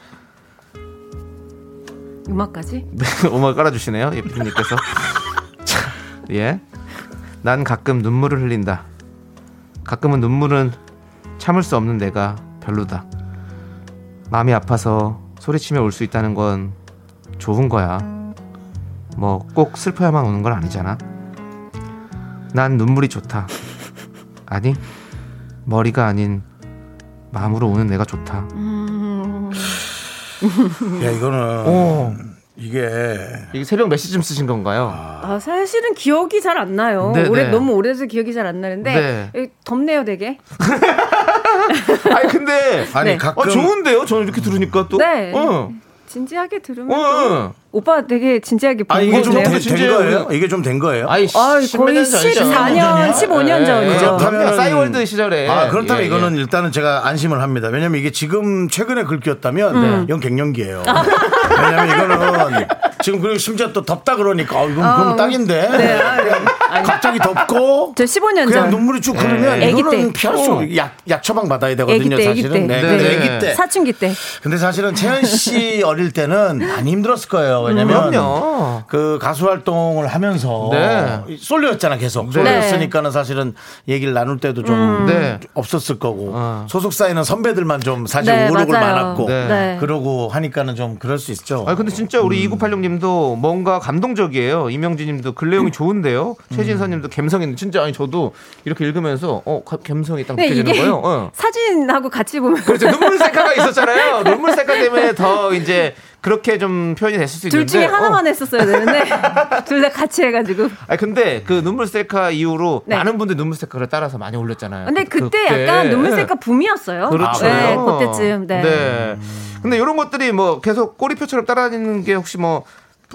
Speaker 6: 음악까지?
Speaker 2: 음악 네, 깔아주시네요, 예, 피디님께서. 자, 예, 난 가끔 눈물을 흘린다. 가끔은 눈물은 참을 수 없는 내가 별로다. 마음이 아파서 소리치며 울 수 있다는 건 좋은 거야. 뭐 꼭 슬퍼야만 우는 건 아니잖아. 난 눈물이 좋다. 아니 머리가 아닌 마음으로 우는 내가 좋다.
Speaker 1: 야, 이거는
Speaker 2: 오,
Speaker 1: 이게
Speaker 2: 이게 새벽 몇 시쯤 쓰신 건가요?
Speaker 6: 아, 사실은 기억이 잘 안 나요.
Speaker 2: 네,
Speaker 6: 오래
Speaker 2: 네.
Speaker 6: 너무 오래돼서 기억이 잘 안 나는데 에, 덥네요, 되게.
Speaker 2: 아니 근데
Speaker 1: 아니
Speaker 6: 네.
Speaker 1: 가끔
Speaker 2: 어, 좋은데요? 저는 이렇게 들으니까 또.
Speaker 6: 네.
Speaker 2: 어,
Speaker 6: 진지하게 들으면
Speaker 2: 어,
Speaker 6: 또
Speaker 2: 어.
Speaker 6: 오빠 되게 진지하게
Speaker 1: 아
Speaker 6: 보고
Speaker 1: 이게 좀
Speaker 6: 있네요.
Speaker 2: 되게
Speaker 1: 된
Speaker 2: 뭐 진지해요.
Speaker 1: 거예요? 이게 좀 된 거예요?
Speaker 2: 아이,
Speaker 6: 아, 거의
Speaker 2: 네.
Speaker 6: 14년, 15년
Speaker 2: 그럼요.
Speaker 6: 전이죠.
Speaker 1: 네. 그러면은-
Speaker 2: 싸이월드 시절에.
Speaker 1: 아, 그렇다면
Speaker 2: 예,
Speaker 1: 이거는 일단은 제가 안심을 합니다. 왜냐면 이게 지금 최근에 글귀였다면
Speaker 6: 음.
Speaker 1: 이건 갱년기예요. 왜냐면 이거는 지금 그리고 심지어 또 덥다 그러니까 어, 이건
Speaker 6: 아,
Speaker 1: 그럼 딱인데. 갑자기 덥고
Speaker 6: 네. 저 15년
Speaker 1: 그냥
Speaker 6: 전.
Speaker 1: 눈물이 쭉 흐르면
Speaker 6: 애기
Speaker 1: 이거는
Speaker 6: 때.
Speaker 1: 피할 수 없- 약, 약 처방 받아야 되거든요,
Speaker 6: 애기 때, 애기
Speaker 1: 사실은. 네,
Speaker 2: 네.
Speaker 6: 때.
Speaker 1: 근데
Speaker 2: 네.
Speaker 1: 애기 때.
Speaker 6: 사춘기 때.
Speaker 1: 근데 사실은 채연 씨 어릴 때는 많이 힘들었을 거예요. 왜냐면
Speaker 2: 그럼요.
Speaker 1: 그 가수 활동을 하면서
Speaker 2: 네.
Speaker 1: 쏠려였잖아 계속 쏠려였으니까는 사실은 얘기를 나눌 때도 좀
Speaker 2: 네.
Speaker 1: 없었을 거고
Speaker 2: 어.
Speaker 1: 소속사에는 선배들만 좀 사실
Speaker 6: 네,
Speaker 1: 오르골
Speaker 6: 맞아요.
Speaker 1: 많았고
Speaker 2: 네.
Speaker 6: 네.
Speaker 1: 그러고 하니까는 좀 그럴 수 있죠.
Speaker 2: 아 근데 진짜 우리 2986님도 뭔가 감동적이에요. 이명진님도 근래용이 좋은데요. 최진선님도 감성인데 진짜 아니 저도 이렇게 읽으면서 어 가- 감성이 딱
Speaker 6: 근데
Speaker 2: 느껴지는
Speaker 6: 네, 이게
Speaker 2: 거예요. 어.
Speaker 6: 사진하고 같이 보면
Speaker 2: 그렇죠. 눈물 셀카가 있었잖아요. 눈물 셀카 때문에 더 이제 그렇게 좀 표현이 됐을 수 있는데.
Speaker 6: 둘 중에
Speaker 2: 어.
Speaker 6: 하나만 했었어야 되는데 둘 다 같이 해가지고.
Speaker 2: 아 근데 그 눈물 셀카 이후로
Speaker 6: 네.
Speaker 2: 많은 분들 이 눈물 셀카를 따라서 많이 올렸잖아요. 예.
Speaker 6: 근데 그때, 약간 눈물 셀카 붐이었어요.
Speaker 2: 그렇죠.
Speaker 6: 네, 그때쯤. 네.
Speaker 2: 네. 근데 이런 것들이 뭐 계속 꼬리표처럼 따라다니는 게 혹시 뭐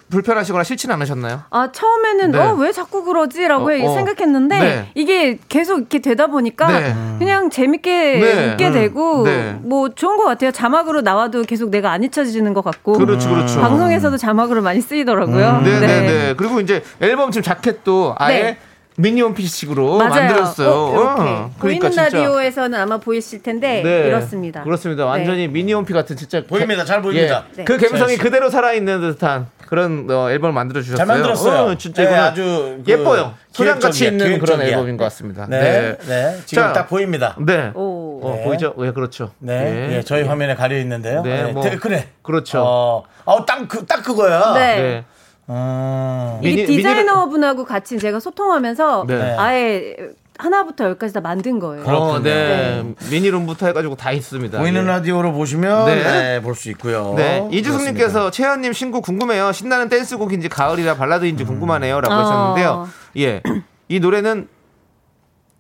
Speaker 2: 불편하시거나 싫진 않으셨나요?
Speaker 6: 아 처음에는
Speaker 2: 네.
Speaker 6: 어 왜 자꾸 그러지라고
Speaker 2: 어, 어.
Speaker 6: 생각했는데
Speaker 2: 네.
Speaker 6: 이게 계속 이렇게 되다 보니까
Speaker 2: 네.
Speaker 6: 그냥 재밌게
Speaker 2: 네.
Speaker 6: 웃게
Speaker 2: 음.
Speaker 6: 되고
Speaker 2: 네.
Speaker 6: 뭐 좋은 것 같아요 자막으로 나와도 계속 내가 안 잊혀지는 것 같고
Speaker 2: 그렇죠, 그렇죠. 음.
Speaker 6: 방송에서도 자막으로 많이 쓰이더라고요
Speaker 2: 네네네. 그리고 이제 앨범 지금 자켓도 아예
Speaker 6: 네.
Speaker 2: 미니홈피식으로
Speaker 6: 맞아요
Speaker 2: 만들었어요.
Speaker 6: 어, 이렇게.
Speaker 2: 어,
Speaker 6: 보이는 라디오에서는 아마 보이실 텐데
Speaker 2: 네.
Speaker 6: 이렇습니다
Speaker 2: 그렇습니다. 완전히 미니홈피 같은 진짜
Speaker 1: 보입니다. 잘 보입니다.
Speaker 2: 예,
Speaker 6: 네.
Speaker 2: 그 감성이
Speaker 1: 잘
Speaker 2: 그대로 살아있는 듯한 그런 어, 앨범을 만들어 주셨어요.
Speaker 1: 잘 만들었어요.
Speaker 2: 진짜
Speaker 1: 예,
Speaker 2: 이거는
Speaker 1: 아주 그
Speaker 2: 예뻐요. 소량같이
Speaker 1: 기획적이야,
Speaker 2: 있는 그런
Speaker 1: 기획적이야.
Speaker 2: 앨범인 것 같습니다.
Speaker 1: 네. 네. 지금
Speaker 2: 자,
Speaker 1: 딱 보입니다.
Speaker 2: 네.
Speaker 6: 오.
Speaker 2: 어, 보이죠? 예, 그렇죠.
Speaker 1: 네. 예, 저희 화면에 가려 있는데요.
Speaker 2: 네,
Speaker 1: 네,
Speaker 2: 뭐.
Speaker 1: 되게 크네.
Speaker 2: 그렇죠.
Speaker 1: 어, 어, 딱, 그, 딱 그거야.
Speaker 6: 네.
Speaker 2: 네.
Speaker 1: 음.
Speaker 6: 이게
Speaker 2: 미니-
Speaker 6: 디자이너분하고 같이 제가 소통하면서
Speaker 2: 네.
Speaker 6: 아예 하나부터 열까지 다 만든 거예요
Speaker 2: 어, 네. 미니룸부터 해가지고 다 있습니다.
Speaker 1: 보이는
Speaker 2: 예.
Speaker 1: 라디오로 보시면
Speaker 2: 네.
Speaker 1: 네. 볼 수 있고요.
Speaker 2: 네,
Speaker 1: 그렇습니다.
Speaker 2: 이주승님께서 채연님 신곡 궁금해요. 신나는 댄스곡인지 가을이라
Speaker 1: 음.
Speaker 2: 발라드인지 궁금하네요라고
Speaker 6: 어.
Speaker 2: 하셨는데요. 예, 이 노래는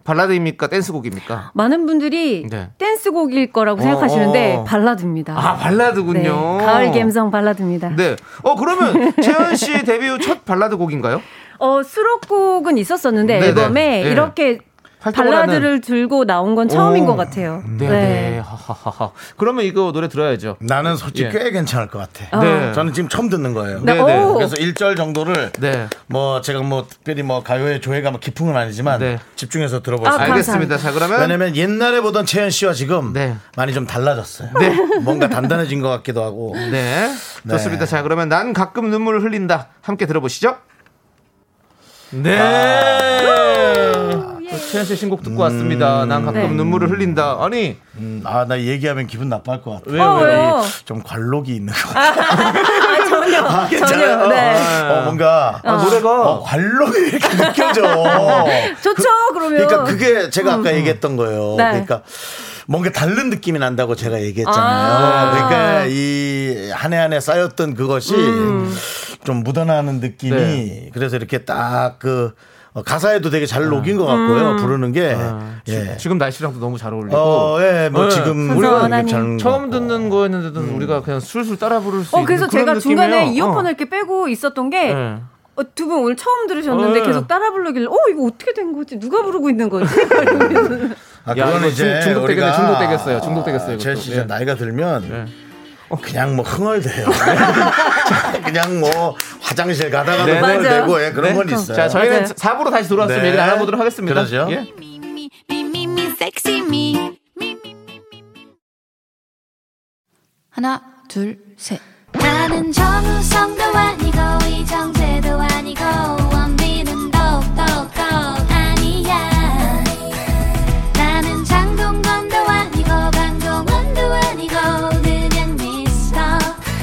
Speaker 2: 발라드입니까 댄스곡입니까?
Speaker 6: 많은 분들이
Speaker 2: 네.
Speaker 6: 댄스곡일 거라고
Speaker 2: 어,
Speaker 6: 생각하시는데
Speaker 2: 어.
Speaker 6: 발라드입니다.
Speaker 2: 아 발라드군요.
Speaker 6: 네, 가을 감성 발라드입니다.
Speaker 2: 네. 어 그러면 채연 씨 데뷔 후 첫 발라드곡인가요?
Speaker 6: 어 수록곡은 있었었는데
Speaker 2: 네네.
Speaker 6: 앨범에
Speaker 2: 네.
Speaker 6: 이렇게
Speaker 2: 활동을
Speaker 6: 발라드를 들고 나온 건 처음인
Speaker 2: 오.
Speaker 6: 것 같아요.
Speaker 2: 네. 네. 하하하하. 그러면 이거 노래 들어야죠.
Speaker 1: 나는 솔직히
Speaker 2: 예.
Speaker 1: 꽤 괜찮을 것 같아.
Speaker 6: 어.
Speaker 2: 네.
Speaker 1: 저는 지금 처음 듣는 거예요.
Speaker 2: 네,
Speaker 6: 네,
Speaker 2: 네.
Speaker 6: 오.
Speaker 1: 그래서 1절 정도를
Speaker 2: 네.
Speaker 1: 뭐 제가 뭐 특별히 뭐 가요의 조예가 뭐 깊은 건 아니지만
Speaker 2: 네.
Speaker 1: 집중해서 들어볼 수
Speaker 6: 아,
Speaker 1: 있어요.
Speaker 2: 알겠습니다. 자 그러면
Speaker 1: 왜냐면 옛날에 보던 채연 씨와 지금
Speaker 2: 네.
Speaker 1: 많이 좀 달라졌어요. 뭔가 단단해진 것 같기도 하고.
Speaker 2: 네.
Speaker 1: 네.
Speaker 2: 좋습니다. 자, 그러면 난 가끔 눈물을 흘린다. 함께 들어보시죠. 네. 아. 최현 씨 신곡 듣고 왔습니다. 난 가끔
Speaker 6: 예. 네.
Speaker 2: 눈물을 흘린다. 아니,
Speaker 1: 음, 아, 나 얘기하면 기분 나빠할 것 같아.
Speaker 2: 왜,
Speaker 6: 어,
Speaker 2: 왜?
Speaker 6: 왜요?
Speaker 1: 좀 관록이 있는 것 같아.
Speaker 6: 아, 전혀 전혀
Speaker 1: 괜찮아요.
Speaker 6: 네.
Speaker 1: 어, 뭔가
Speaker 2: 아, 노래가.
Speaker 1: 어, 관록이 이렇게 느껴져.
Speaker 6: 좋죠 그러면.
Speaker 1: 그러니까 그게 제가
Speaker 2: 음,
Speaker 1: 아까 얘기했던 거예요.
Speaker 6: 네.
Speaker 1: 그러니까 뭔가 다른 느낌이 난다고 제가 얘기했잖아요.
Speaker 6: 아.
Speaker 1: 그러니까 이 한 해 한 해 쌓였던 그것이 좀 묻어나는 느낌이
Speaker 2: 음. 네.
Speaker 1: 그래서 이렇게 딱 그 가사에도 되게 잘 녹인 것
Speaker 2: 음.
Speaker 1: 같고요. 부르는 게 예.
Speaker 2: 지금 날씨랑도 너무 잘 어울리고.
Speaker 1: 어, 예, 뭐
Speaker 2: 아, 네.
Speaker 1: 지금
Speaker 6: 우리가
Speaker 1: 이렇게 잘 녹았고.
Speaker 2: 처음 듣는 거였는데도 우리가 그냥 술술 따라 부를 수
Speaker 6: 어
Speaker 2: 있는
Speaker 6: 그래서
Speaker 2: 그런
Speaker 6: 제가 중간에
Speaker 2: 느낌이에요.
Speaker 6: 이어폰을
Speaker 2: 어.
Speaker 6: 이렇게 빼고 있었던 게. 어,
Speaker 2: 네.
Speaker 6: 두 분 오늘 처음 들으셨는데
Speaker 2: 네.
Speaker 6: 계속 따라 부르길래 어 이거 어떻게 된 거지 누가 부르고 있는 거지
Speaker 1: 아,
Speaker 2: 야, 이거
Speaker 1: 그거는 이제
Speaker 2: 중- 중독되겠네,
Speaker 1: 우리가
Speaker 2: 중독되겠어요, 중독되겠어요,
Speaker 1: 제
Speaker 2: 이것도.
Speaker 1: 진짜
Speaker 2: 예.
Speaker 1: 나이가 들면
Speaker 2: 예.
Speaker 1: 그냥 뭐 흥얼대요. 그냥 뭐 화장실 가다가도
Speaker 2: 네.
Speaker 1: 흥얼대고 예, 그런
Speaker 2: 네.
Speaker 1: 건 있어요.
Speaker 2: 자, 저희는
Speaker 6: 맞아요.
Speaker 2: 4부로 다시 돌아왔으면
Speaker 1: 네.
Speaker 2: 얘기 나눠보도록 하겠습니다.
Speaker 1: 그러죠.
Speaker 2: 예.
Speaker 3: Me, me, me, me, me, sexy me.
Speaker 7: 하나, 둘, 셋.
Speaker 4: 나는 정우성도 아니고 이정재도 아니고 원빈은 더욱더 아니야 나는 장동건도 아니고 강동원도 아니고 그냥 미스터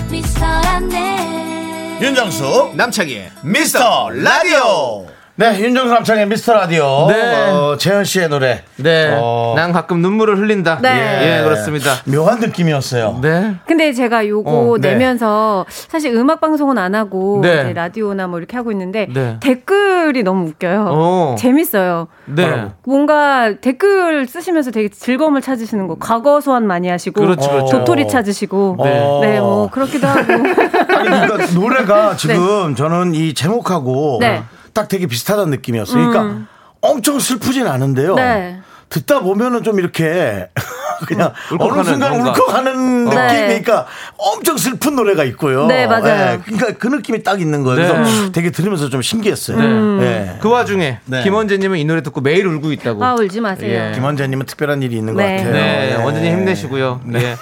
Speaker 4: 미스터란데
Speaker 1: 윤정수 남창희의 미스터 라디오. 네, 윤정수 남창희의 미스터 라디오.
Speaker 2: 네.
Speaker 1: 어, 재현 씨의 노래.
Speaker 2: 네.
Speaker 1: 어,
Speaker 2: 난 가끔 눈물을 흘린다.
Speaker 6: 네.
Speaker 2: 예, 그렇습니다.
Speaker 1: 묘한 느낌이었어요.
Speaker 2: 네.
Speaker 6: 근데 제가 요거
Speaker 2: 어,
Speaker 1: 네.
Speaker 6: 내면서 사실 음악 방송은 안 하고
Speaker 2: 네.
Speaker 6: 이제 라디오나 뭐 이렇게 하고 있는데
Speaker 2: 네.
Speaker 6: 댓글이 너무 웃겨요.
Speaker 1: 어.
Speaker 2: 오.
Speaker 6: 재밌어요.
Speaker 2: 네.
Speaker 6: 뭔가 댓글 쓰시면서 되게 즐거움을 찾으시는 거. 과거 소환 많이 하시고
Speaker 2: 그렇죠, 그렇죠.
Speaker 6: 도토리 찾으시고
Speaker 1: 네.
Speaker 6: 네, 뭐 그렇기도 하고.
Speaker 1: 아니, 그러니까 노래가 지금 저는 이 제목하고
Speaker 6: 네. 음.
Speaker 1: 딱 되게 비슷하다는 느낌이었어요. 그러니까 엄청 슬프진 않은데요.
Speaker 6: 네.
Speaker 1: 듣다 보면은 좀 이렇게 그냥
Speaker 2: 음, 울컥하는
Speaker 1: 어느 순간
Speaker 2: 뭔가.
Speaker 1: 울컥하는
Speaker 6: 네.
Speaker 1: 느낌이니까 엄청 슬픈 노래가 있고요.
Speaker 6: 네, 맞아요.
Speaker 1: 그러니까 그 느낌이 딱 있는 거예요.
Speaker 2: 네.
Speaker 1: 그래서 되게 들으면서 좀 신기했어요.
Speaker 6: 음.
Speaker 1: 네.
Speaker 2: 그 와중에
Speaker 1: 네.
Speaker 2: 김원재님은 이 노래 듣고 매일 울고 있다고.
Speaker 6: 아 울지 마세요.
Speaker 2: 예.
Speaker 1: 김원재님은 특별한 일이 있는
Speaker 6: 네.
Speaker 1: 것 같아요. 네.
Speaker 2: 네,
Speaker 1: 예.
Speaker 2: 원재님 힘내시고요. 예.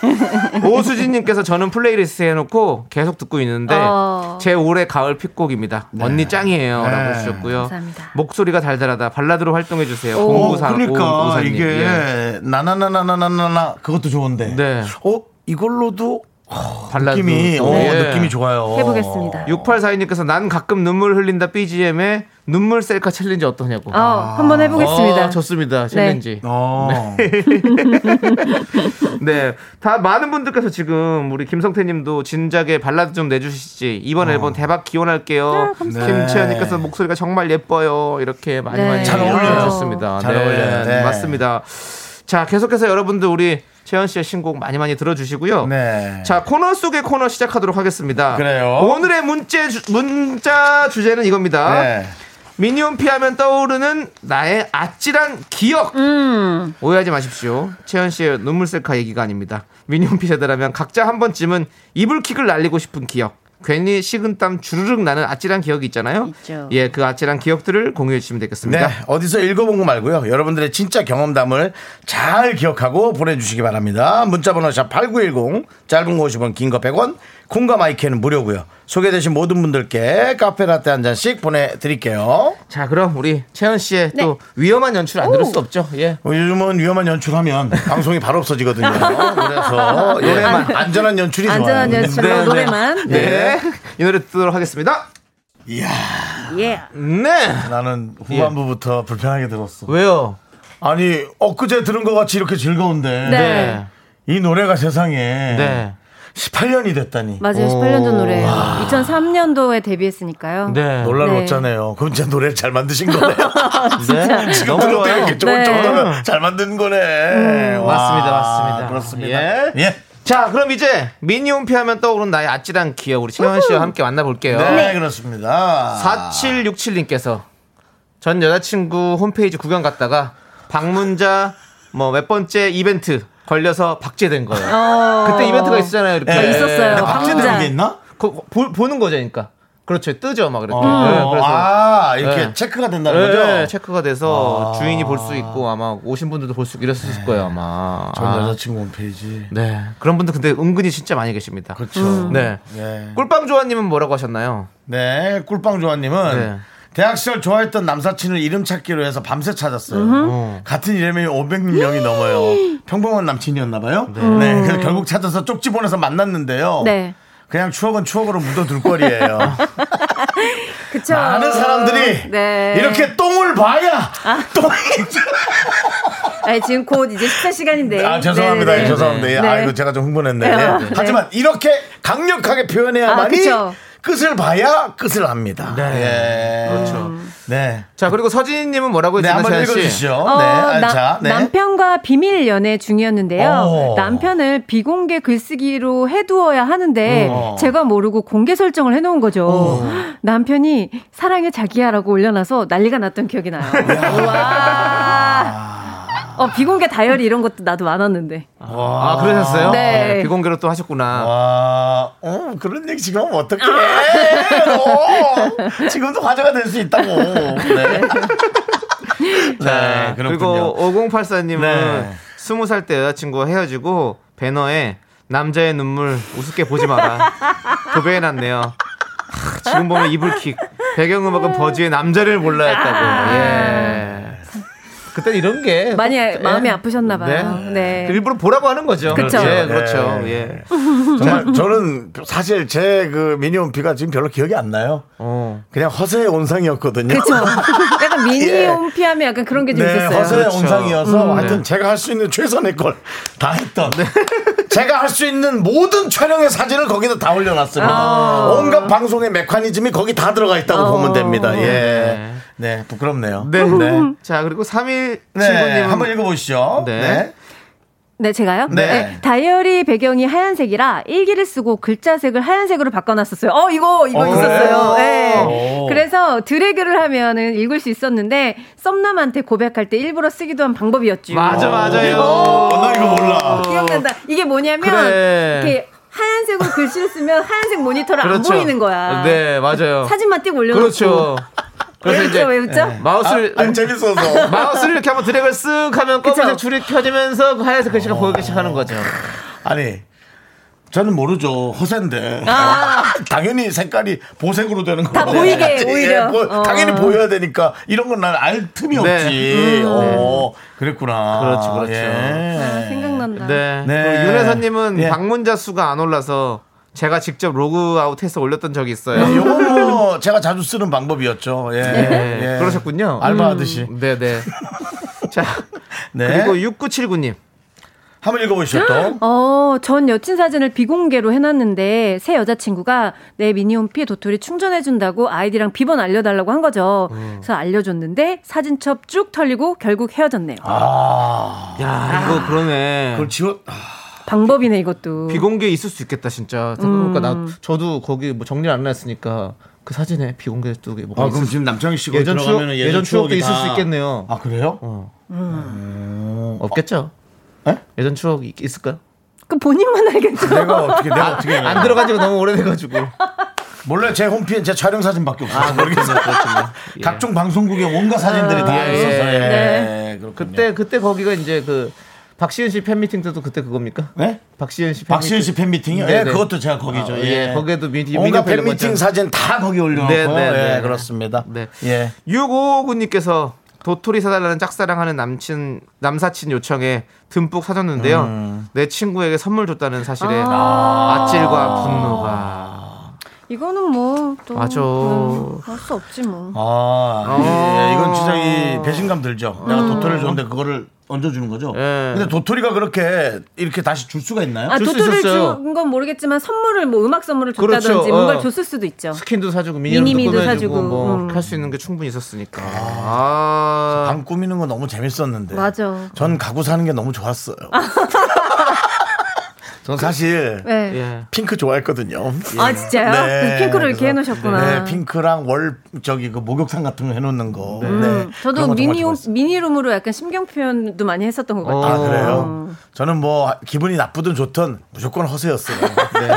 Speaker 2: 오수진님께서 저는 플레이리스트 해놓고 계속 듣고 있는데
Speaker 6: 어.
Speaker 2: 제 올해 가을 픽곡입니다.
Speaker 1: 네.
Speaker 2: 언니 짱이에요라고 해주셨고요.
Speaker 6: 감사합니다.
Speaker 2: 목소리가 달달하다 발라드로 활동해 주세요.
Speaker 6: 오.
Speaker 1: 어,
Speaker 2: 공구사 예.
Speaker 1: 그러니까 이게 나나나나나나나 그것도 좋은데.
Speaker 2: 네.
Speaker 1: 어 이걸로도
Speaker 2: 발라드
Speaker 1: 느낌이 어,
Speaker 2: 예.
Speaker 1: 느낌이 좋아요.
Speaker 6: 해보겠습니다.
Speaker 2: 6842님께서 난 가끔 눈물 흘린다 BGM에 눈물 셀카 챌린지 어떠냐고.
Speaker 6: 어 한번 해보겠습니다.
Speaker 1: 아,
Speaker 2: 어, 좋습니다. 챌린지.
Speaker 1: 어.
Speaker 2: 네. 다 많은 분들께서 지금 우리 김성태 님도 진작에 발라드 좀 내주시지.
Speaker 1: 어.
Speaker 2: 이번 앨범 대박
Speaker 1: 아,
Speaker 2: 기원할게요. 김채연 님께서 목소리가 정말 예뻐요. 이렇게 많이
Speaker 6: 네.
Speaker 2: 많이
Speaker 6: 잘
Speaker 1: 네. 어울려요.
Speaker 2: 주셨습니다.
Speaker 1: 잘 어울려요. 네.
Speaker 2: 맞습니다. 자, 계속해서 여러분들 우리 채연 씨의 신곡 많이 많이 들어주시고요.
Speaker 1: 네.
Speaker 2: 자 코너 속의 코너 시작하도록 하겠습니다.
Speaker 1: 그래요.
Speaker 2: 오늘의 문제 주, 문자 주제는 이겁니다.
Speaker 1: 네.
Speaker 2: 미니홈피 하면 떠오르는 나의 아찔한 기억.
Speaker 6: 음.
Speaker 2: 오해하지 마십시오. 채연 씨의 눈물 셀카 얘기가 아닙니다. 미니홈피 세대라면 각자 한 번쯤은 이불킥을 날리고 싶은 기억. 괜히 식은땀 주르륵 나는 아찔한 기억이 있잖아요.
Speaker 6: 있죠.
Speaker 2: 예, 그 아찔한 기억들을 공유해 주시면
Speaker 1: 네,
Speaker 2: 되겠습니다.
Speaker 1: 어디서 읽어본 거 말고요. 여러분들의 진짜 경험담을 잘 기억하고 보내주시기 바랍니다. 문자번호 샵 8910, 짧은 거 50원, 긴 거 100원, 콩과 마이크는 무료고요. 소개되신 모든 분들께 카페라떼 한 잔씩 보내드릴게요.
Speaker 2: 자, 그럼 우리 채연 씨의
Speaker 6: 네.
Speaker 2: 또 위험한 연출 안 들을 수 없죠. 예.
Speaker 1: 어, 요즘은 위험한 연출하면 방송이 바로 없어지거든요. 그래서 노래만 안전한 연출이
Speaker 6: 안전한
Speaker 1: 좋아요.
Speaker 6: 연출로
Speaker 2: 네, 네.
Speaker 6: 노래만.
Speaker 2: 네. 이 노래 듣도록 하겠습니다.
Speaker 1: 이야,
Speaker 6: 예.
Speaker 2: 네.
Speaker 1: 나는 후반부부터 불편하게 들었어.
Speaker 2: 왜요?
Speaker 1: 아니 엊그제 들은 것 같이 이렇게 즐거운데
Speaker 6: 네.
Speaker 2: 네.
Speaker 1: 이 노래가 세상에
Speaker 2: 네.
Speaker 1: 18년이 됐다니.
Speaker 6: 맞아요.
Speaker 2: 오.
Speaker 6: 18년 전 노래예요. 2003년도에 데뷔했으니까요.
Speaker 2: 네.
Speaker 1: 놀라웠잖아요. 그럼 진짜 노래를 잘 만드신 거네요.
Speaker 2: 네.
Speaker 1: 지금
Speaker 2: 너무
Speaker 1: 들어도
Speaker 2: 좋아요. 음.
Speaker 1: 이렇게 조금
Speaker 6: 네.
Speaker 1: 정도면 잘 만든 거네. 와,
Speaker 2: 맞습니다, 맞습니다.
Speaker 1: 그렇습니다.
Speaker 2: 예. 자, 그럼 이제 미니홈피 하면 떠오른 나의 아찔한 기억 우리 채연 씨와 함께 만나볼게요.
Speaker 1: 네, 그렇습니다.
Speaker 2: 4767님께서 전 여자친구 홈페이지 구경 갔다가 방문자 뭐 몇 번째 이벤트 걸려서 박제된 거예요.
Speaker 6: 어.
Speaker 2: 그때 이벤트가 있었잖아요. 이렇게. 네.
Speaker 6: 아, 있었어요.
Speaker 1: 네. 박진영
Speaker 6: 황자.
Speaker 1: 게 있나?
Speaker 2: 그, 보, 보는 거죠, 그러니까. 그렇죠. 뜨죠, 막 이렇게.
Speaker 1: 어,
Speaker 2: 네, 그래서.
Speaker 1: 아, 이렇게
Speaker 2: 네.
Speaker 1: 체크가 된다는
Speaker 2: 네,
Speaker 1: 거죠? 아.
Speaker 2: 체크가 돼서 주인이 볼 수 있고 아마 오신 분들도 볼 수 있고 이랬을 거예요 아마.
Speaker 1: 네. 전
Speaker 2: 아,
Speaker 1: 여자친구 홈페이지.
Speaker 2: 네 그런 분들 근데 은근히 진짜 많이 계십니다.
Speaker 1: 그렇죠.
Speaker 2: 네.
Speaker 1: 네.
Speaker 2: 꿀빵 조아님은 뭐라고 하셨나요?
Speaker 1: 네, 꿀빵조아님은
Speaker 2: 네.
Speaker 1: 대학 시절 좋아했던 남사친을 이름 찾기로 해서 밤새 찾았어요.
Speaker 6: 음.
Speaker 1: 같은 이름이 500명이 넘어요. 평범한 남친이었나봐요. 네. 그래서 결국 찾아서 쪽지 보내서 만났는데요.
Speaker 6: 음. 네.
Speaker 1: 그냥 추억은 추억으로 묻어둘 거리예요.
Speaker 6: 그쵸.
Speaker 1: 많은 사람들이
Speaker 6: 네. 아.
Speaker 1: 이렇게 똥을 봐야 똥이.
Speaker 6: 아니, 지금 곧 이제 식사 시간인데.
Speaker 1: 아 죄송합니다,
Speaker 6: 네네네.
Speaker 1: 죄송합니다. 예,
Speaker 6: 네.
Speaker 1: 아이고 제가 좀 흥분했네. 예.
Speaker 6: 네.
Speaker 1: 하지만 이렇게 강력하게 표현해야만이
Speaker 6: 아, 그쵸.
Speaker 1: 끝을 봐야 끝을 합니다. 네,
Speaker 2: 그렇죠.
Speaker 1: 네.
Speaker 2: 자 그리고 서진님은 뭐라고
Speaker 1: 네,
Speaker 2: 했나요,
Speaker 1: 한번
Speaker 2: 네,
Speaker 1: 읽어주시죠.
Speaker 6: 어,
Speaker 1: 네, 아,
Speaker 6: 나-
Speaker 1: 자, 네.
Speaker 6: 남편과 비밀 연애 중이었는데요.
Speaker 1: 어.
Speaker 6: 남편을 비공개 글쓰기로 해두어야 하는데
Speaker 1: 어.
Speaker 6: 제가 모르고 공개 설정을 해놓은 거죠. 남편이 사랑해 자기야라고 올려놔서 난리가 났던 기억이 나요. 와. 어 비공개 다이어리 이런 것도 나도 많았는데.
Speaker 2: 아 그러셨어요?
Speaker 6: 네.
Speaker 2: 비공개로 또 하셨구나.
Speaker 1: 와, 어, 그런 얘기 지금 하면 어떡해.
Speaker 6: 아.
Speaker 1: 어, 지금도 화제가 될 수 있다고. 네. 네, 그렇군요.
Speaker 2: 그리고 5084님은
Speaker 1: 네.
Speaker 2: 스무 살 때 여자친구와 헤어지고 배너에 남자의 눈물 우습게 보지 마라 도배해놨네요. 하, 지금 보면 이불킥 배경음악은 버즈의 남자를 몰라 했다고. 예. 그때 이런 게
Speaker 6: 많이
Speaker 1: 네.
Speaker 6: 마음이 아프셨나 봐요. 네.
Speaker 2: 일부러 보라고 하는 거죠.
Speaker 6: 그쵸.
Speaker 2: 예, 그렇죠.
Speaker 1: 네.
Speaker 2: 예.
Speaker 1: 정말 저는 사실 제 그 미니홈피가 지금 별로 기억이 안 나요.
Speaker 2: 어.
Speaker 1: 그냥 허세의 온상이었거든요.
Speaker 6: 그쵸. 약간
Speaker 1: 예.
Speaker 6: 미니홈피하면 약간 그런 게 좀
Speaker 1: 네,
Speaker 6: 있었어요.
Speaker 1: 허세의
Speaker 2: 그렇죠.
Speaker 1: 온상이어서
Speaker 2: 음.
Speaker 1: 하여튼
Speaker 2: 네.
Speaker 1: 제가 할 수 있는 최선의 걸 다 했던. 제가 할 수 있는 모든 촬영의 사진을 거기다 다 올려놨습니다.
Speaker 6: 아.
Speaker 1: 온갖 방송의 메커니즘이 거기 다 들어가 있다고 보면 됩니다. 예. 네, 부끄럽네요.
Speaker 2: 네.
Speaker 1: 네.
Speaker 2: 자, 그리고 3일
Speaker 1: 네,
Speaker 2: 친구님
Speaker 1: 한번 읽어보시죠.
Speaker 2: 네.
Speaker 1: 네.
Speaker 6: 네, 제가요?
Speaker 1: 네.
Speaker 6: 다이어리 배경이 하얀색이라 일기를 쓰고 글자색을 하얀색으로 바꿔놨었어요. 어, 이거, 이거
Speaker 1: 어,
Speaker 6: 있었어요.
Speaker 1: 그래요?
Speaker 6: 네.
Speaker 1: 오.
Speaker 6: 그래서 드래그를 하면은 읽을 수 있었는데, 썸남한테 고백할 때 일부러 쓰기도 한 방법이었죠.
Speaker 2: 맞아 맞아요.
Speaker 1: 어, 나 이거 몰라.
Speaker 6: 기억난다. 이게 뭐냐면,
Speaker 2: 그래.
Speaker 6: 이렇게 하얀색으로 글씨를 쓰면 하얀색 모니터를
Speaker 2: 그렇죠.
Speaker 6: 안 보이는 거야.
Speaker 2: 네, 맞아요.
Speaker 6: 사진만 띄고 올려놓고.
Speaker 2: 그렇죠. 그래서
Speaker 6: 왜
Speaker 2: 이제 네,
Speaker 6: 웃죠? 왜 웃죠?
Speaker 2: 마우스를 음,
Speaker 1: 아니, 재밌어서.
Speaker 2: 마우스를 이렇게 한번 드래그를 쓱 하면
Speaker 6: 그쵸?
Speaker 2: 검은색 줄이 켜지면서 그 하얀색 글씨가 보이기 시작하는 거죠.
Speaker 1: 아니, 저는 모르죠. 허세인데.
Speaker 6: 아.
Speaker 1: 당연히 색깔이 보색으로 되는 거다
Speaker 6: 보이게, 오히려. 어.
Speaker 1: 당연히 보여야 되니까 이런 건 난 알 틈이
Speaker 2: 네.
Speaker 1: 없지.
Speaker 6: 음.
Speaker 1: 어,
Speaker 6: 네.
Speaker 1: 그랬구나. 예.
Speaker 2: 그렇죠, 그렇죠.
Speaker 6: 아, 생각난다.
Speaker 2: 네.
Speaker 1: 네.
Speaker 2: 그 윤혜선님은
Speaker 1: 예.
Speaker 2: 방문자 수가 안 올라서 제가 직접 로그아웃해서 올렸던 적이 있어요.
Speaker 6: 음.
Speaker 1: 네, 요건 뭐 제가 자주 쓰는 방법이었죠. 예.
Speaker 2: 네.
Speaker 1: 예.
Speaker 2: 그러셨군요.
Speaker 1: 알바하듯이.
Speaker 2: 네네. 자
Speaker 1: 네.
Speaker 2: 그리고 6979님
Speaker 1: 한번 읽어보시죠 또.
Speaker 6: 어, 전 여친 사진을 비공개로 해놨는데 새 여자친구가 내 미니홈피 도토리 충전해준다고 아이디랑 비번 알려달라고 한 거죠.
Speaker 2: 음.
Speaker 6: 그래서 알려줬는데 사진첩 쭉 털리고 결국 헤어졌네요.
Speaker 2: 아. 야 이거 그러네.
Speaker 1: 그걸 지워. 아,
Speaker 2: 아,
Speaker 6: 방법이네 이것도.
Speaker 2: 비공개 있을 수 있겠다 진짜. 그러니까
Speaker 6: 음.
Speaker 2: 나 저도 거기 뭐 정리 안 해놨으니까 그 사진에 비공개 쪽에 뭐가
Speaker 1: 아
Speaker 2: 있을
Speaker 1: 그럼
Speaker 2: 수-
Speaker 1: 지금 남창희 씨가
Speaker 2: 예전 추억-
Speaker 1: 들어가면은
Speaker 2: 예전 추억도
Speaker 1: 추억이
Speaker 2: 있을
Speaker 1: 다-
Speaker 2: 수 있겠네요. 어.
Speaker 1: 아 그래요?
Speaker 2: 없겠죠?
Speaker 1: 에?
Speaker 2: 예전 추억 이- 있을까요?
Speaker 6: 그 본인만 알겠죠.
Speaker 1: 내가 어떻게 내가 어떻게
Speaker 2: 아, 안 들어간 지가 너무 오래돼가지고.
Speaker 1: 몰래 제 홈피엔 제 촬영 사진밖에 없어요. 모르겠어요.
Speaker 2: 아, 예.
Speaker 1: 각종 방송국의 온갖 사진들이 다
Speaker 2: 예,
Speaker 1: 있어서 예.
Speaker 2: 네.
Speaker 1: 그렇군요.
Speaker 2: 그때 그때 거기가 이제 그 박시은 씨 팬미팅 때도 그때 그겁니까?
Speaker 1: 네?
Speaker 2: 박시은 씨 팬미팅.
Speaker 1: 박시현 씨 팬미팅이요?
Speaker 2: 네,
Speaker 1: 예,
Speaker 2: 네.
Speaker 1: 그것도 제가 거기죠.
Speaker 2: 아,
Speaker 1: 예.
Speaker 2: 예, 거기에도 미디-
Speaker 1: 온갖
Speaker 2: 미니어처 이런
Speaker 1: 팬미팅
Speaker 2: 거
Speaker 1: 사진 다 거기 올려놓고요.
Speaker 2: 네, 네,
Speaker 1: 예,
Speaker 2: 네.
Speaker 1: 그렇습니다.
Speaker 2: 네.
Speaker 1: 예.
Speaker 2: 6559님께서 도토리 사달라는 짝사랑하는 남친 남사친 요청에 듬뿍 사줬는데요. 내 친구에게 선물 줬다는 사실에 음. 아~ 찔과 분노가.
Speaker 6: 이거는 뭐또
Speaker 2: 맞아.
Speaker 6: 할수 없지 뭐.
Speaker 1: 아,
Speaker 2: 아. 음.
Speaker 1: 예, 이건 진짜 이 배신감 들죠. 내가 도토리를 줬는데 그거를 얹어주는 거죠.
Speaker 2: 예.
Speaker 1: 근데 도토리가 그렇게 이렇게 다시 줄 수가 있나요?
Speaker 6: 아
Speaker 2: 줄수
Speaker 6: 도토리를
Speaker 2: 있었어요.
Speaker 6: 준 건 모르겠지만 선물을 뭐 음악 선물을 줬다든지
Speaker 2: 그렇죠.
Speaker 6: 뭔가를
Speaker 2: 어.
Speaker 6: 줬을 수도 있죠.
Speaker 2: 스킨도 사주고 미니미도
Speaker 6: 미니미도
Speaker 2: 꾸며주고
Speaker 6: 사주고,
Speaker 2: 뭐
Speaker 6: 음.
Speaker 2: 할 수 있는 게 충분히 있었으니까. 아.
Speaker 1: 방 꾸미는 거 너무 재밌었는데.
Speaker 6: 맞아.
Speaker 1: 전 가구 사는 게 너무 좋았어요.
Speaker 6: 아.
Speaker 1: 전 사실
Speaker 6: 네.
Speaker 2: 예.
Speaker 1: 핑크 좋아했거든요.
Speaker 6: 아 진짜요?
Speaker 1: 네.
Speaker 6: 그래서 핑크를 이렇게
Speaker 1: 그래서
Speaker 6: 해놓으셨구나.
Speaker 1: 네, 핑크랑 월 저기 그 목욕탕 같은 거 해놓는 거. 네.
Speaker 6: 음,
Speaker 1: 그런
Speaker 6: 저도
Speaker 1: 거 정말
Speaker 6: 미니
Speaker 1: 좋았어요.
Speaker 6: 미니룸으로 약간 신경 표현도 많이 했었던 것 같아요.
Speaker 1: 아
Speaker 2: 어.
Speaker 1: 그래요? 저는 뭐 기분이 나쁘든 좋든 무조건 허세였어요. 네.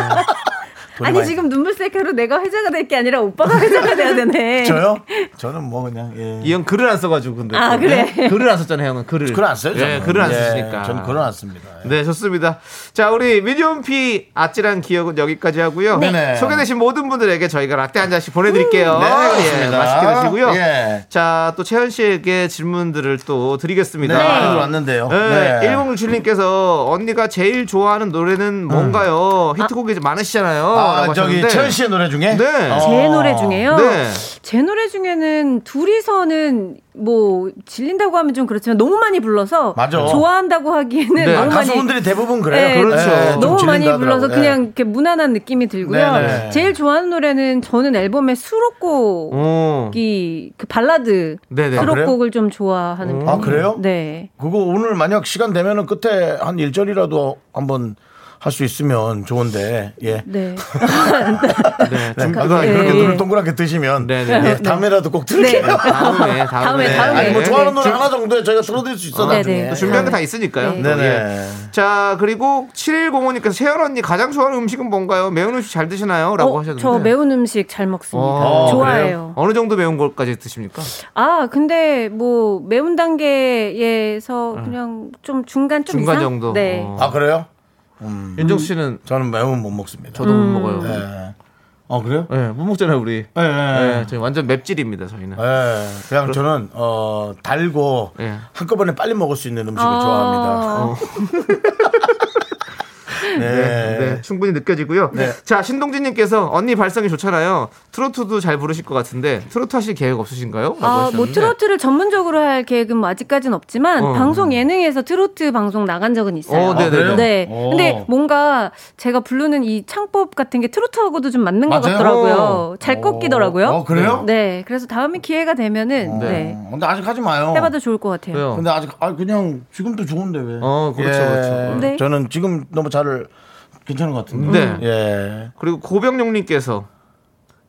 Speaker 1: 돈이
Speaker 6: 아니
Speaker 1: 많이-
Speaker 6: 지금 눈물 셀카로 내가 회자가 될 게 아니라 오빠가 회자가 돼야 되네.
Speaker 1: 저요? 저는 뭐 그냥 예.
Speaker 2: 이 형 글을 안 써가지고 근데
Speaker 6: 아,
Speaker 2: 또.
Speaker 6: 그래.
Speaker 2: 예? 글을 안 썼잖아요 형은 글을
Speaker 1: 글안 써요. 저는.
Speaker 2: 예, 글을 안
Speaker 1: 예,
Speaker 2: 쓰시니까
Speaker 1: 저는 글을 안 씁니다. 예.
Speaker 2: 네, 좋습니다. 자, 우리 미디엄피 아찔한 기억은 여기까지 하고요.
Speaker 1: 네네.
Speaker 2: 소개되신 모든 분들에게 저희가 라떼 한 잔씩 보내드릴게요.
Speaker 1: 네, 그렇습니다.
Speaker 2: 예, 맛있게 드시고요.
Speaker 1: 예.
Speaker 2: 자, 또 채연 씨에게 질문들을 또 드리겠습니다.
Speaker 1: 네, 많이 들어왔는데요. 네.
Speaker 2: 네, 1067님께서 언니가 제일 좋아하는 노래는 뭔가요?
Speaker 6: 아.
Speaker 2: 히트곡이 많으시잖아요.
Speaker 1: 음. 아
Speaker 2: 어, 라고
Speaker 1: 저기
Speaker 2: 하셨는데.
Speaker 1: 채연 씨의 노래 중에
Speaker 2: 네.
Speaker 1: 어.
Speaker 6: 제 노래 중에요.
Speaker 2: 네.
Speaker 6: 제 노래 중에는 둘이서는 뭐 질린다고 하면 좀 그렇지만 너무 많이 불러서
Speaker 1: 맞아.
Speaker 6: 좋아한다고 하기에는
Speaker 2: 네.
Speaker 1: 아,
Speaker 6: 너무 많이
Speaker 1: 가수분들이 대부분 그래요.
Speaker 6: 네,
Speaker 2: 그렇죠.
Speaker 1: 예, 좀
Speaker 6: 너무 많이
Speaker 1: 질린다
Speaker 6: 불러서
Speaker 1: 하더라고요. 네.
Speaker 6: 그냥 이렇게 무난한 느낌이 들고요.
Speaker 1: 네네.
Speaker 6: 제일 좋아하는 노래는 저는 앨범의
Speaker 1: 음.
Speaker 6: 수록곡이
Speaker 2: 오.
Speaker 6: 그 발라드
Speaker 2: 네네.
Speaker 6: 수록곡을 좀 좋아하는
Speaker 1: 아, 그래요?
Speaker 6: 네.
Speaker 1: 그거 오늘 만약 시간 되면은 끝에 한 1절이라도 한번 할 수 있으면 좋은데. 예.
Speaker 2: 네.
Speaker 6: 네.
Speaker 1: 네,
Speaker 2: 좀
Speaker 1: 아,
Speaker 2: 그거-
Speaker 6: 예,
Speaker 1: 그렇게
Speaker 6: 예.
Speaker 1: 눈을 동그랗게 뜨시면
Speaker 2: 네, 네.
Speaker 1: 예, 다음에라도 꼭 들을게요.
Speaker 6: 네.
Speaker 2: 다음에, 다음에.
Speaker 6: 다음에, 다음에.
Speaker 1: 아니 뭐
Speaker 6: 네.
Speaker 1: 좋아하는 노래 하나 정도에 저희가 틀어드릴 수 있어
Speaker 2: 어,
Speaker 1: 나중에.
Speaker 6: 네, 네.
Speaker 2: 또 준비한 게 다 있으니까요.
Speaker 6: 네.
Speaker 2: 예.
Speaker 1: 네네.
Speaker 2: 자 그리고 7105님께서 채연 언니 가장 좋아하는 음식은 뭔가요? 매운 음식 잘 드시나요? 라고
Speaker 6: 어,
Speaker 2: 하셨는데
Speaker 6: 저 매운 음식 잘 먹습니다.
Speaker 2: 어, 그래요?
Speaker 6: 좋아해요.
Speaker 2: 어느 정도 매운 걸까지 드십니까?
Speaker 6: 아, 근데 뭐 매운 단계에서 그냥 좀 중간 좀
Speaker 2: 음. 중간
Speaker 6: 이상?
Speaker 2: 정도.
Speaker 6: 네.
Speaker 2: 어.
Speaker 1: 아 그래요? 음,
Speaker 2: 윤정수 씨는
Speaker 1: 저는 매운 못 먹습니다.
Speaker 2: 저도
Speaker 6: 음.
Speaker 2: 못 먹어요. 예,
Speaker 1: 예. 어 그래요?
Speaker 2: 못 먹잖아요 우리.
Speaker 1: 예.
Speaker 2: 예,
Speaker 1: 예.
Speaker 2: 저희 완전 맵찔입니다 저희는.
Speaker 1: 예. 그냥 저는 어 달고
Speaker 2: 예.
Speaker 1: 한꺼번에 빨리 먹을 수 있는 음식을
Speaker 6: 아.
Speaker 1: 좋아합니다.
Speaker 2: 어.
Speaker 1: 네.
Speaker 2: 네, 충분히 느껴지고요. 자, 신동진님께서 언니 발성이 좋잖아요. 트로트도 잘 부르실 것 같은데 트로트 하실 계획 없으신가요? 라고
Speaker 6: 아, 뭐
Speaker 2: 하셨는데.
Speaker 6: 트로트를 전문적으로 할 계획은 뭐 아직까지는 없지만
Speaker 2: 어.
Speaker 6: 방송 예능에서 트로트 방송 나간 적은 있어요.
Speaker 2: 어, 네네네.
Speaker 1: 아, 그래요? 어.
Speaker 6: 네.
Speaker 1: 오.
Speaker 6: 근데 뭔가 제가 부르는 이 창법 같은 게 트로트하고도 좀 맞는 것
Speaker 1: 맞아요?
Speaker 6: 같더라고요. 잘 꺾이더라고요.
Speaker 1: 어 그래요?
Speaker 6: 네. 그래서 다음에 기회가 되면은
Speaker 1: 네.
Speaker 6: 네.
Speaker 1: 근데 아직 하지 마요.
Speaker 6: 해봐도 좋을 것 같아요.
Speaker 2: 왜요?
Speaker 1: 근데 아직 아 그냥 지금도 좋은데 왜? 예.
Speaker 2: 어, 그렇죠, 그렇죠.
Speaker 6: 네.
Speaker 1: 저는 지금 너무 잘 괜찮은 것 같은데.
Speaker 2: 네.
Speaker 1: 예.
Speaker 2: 그리고 고병룡님께서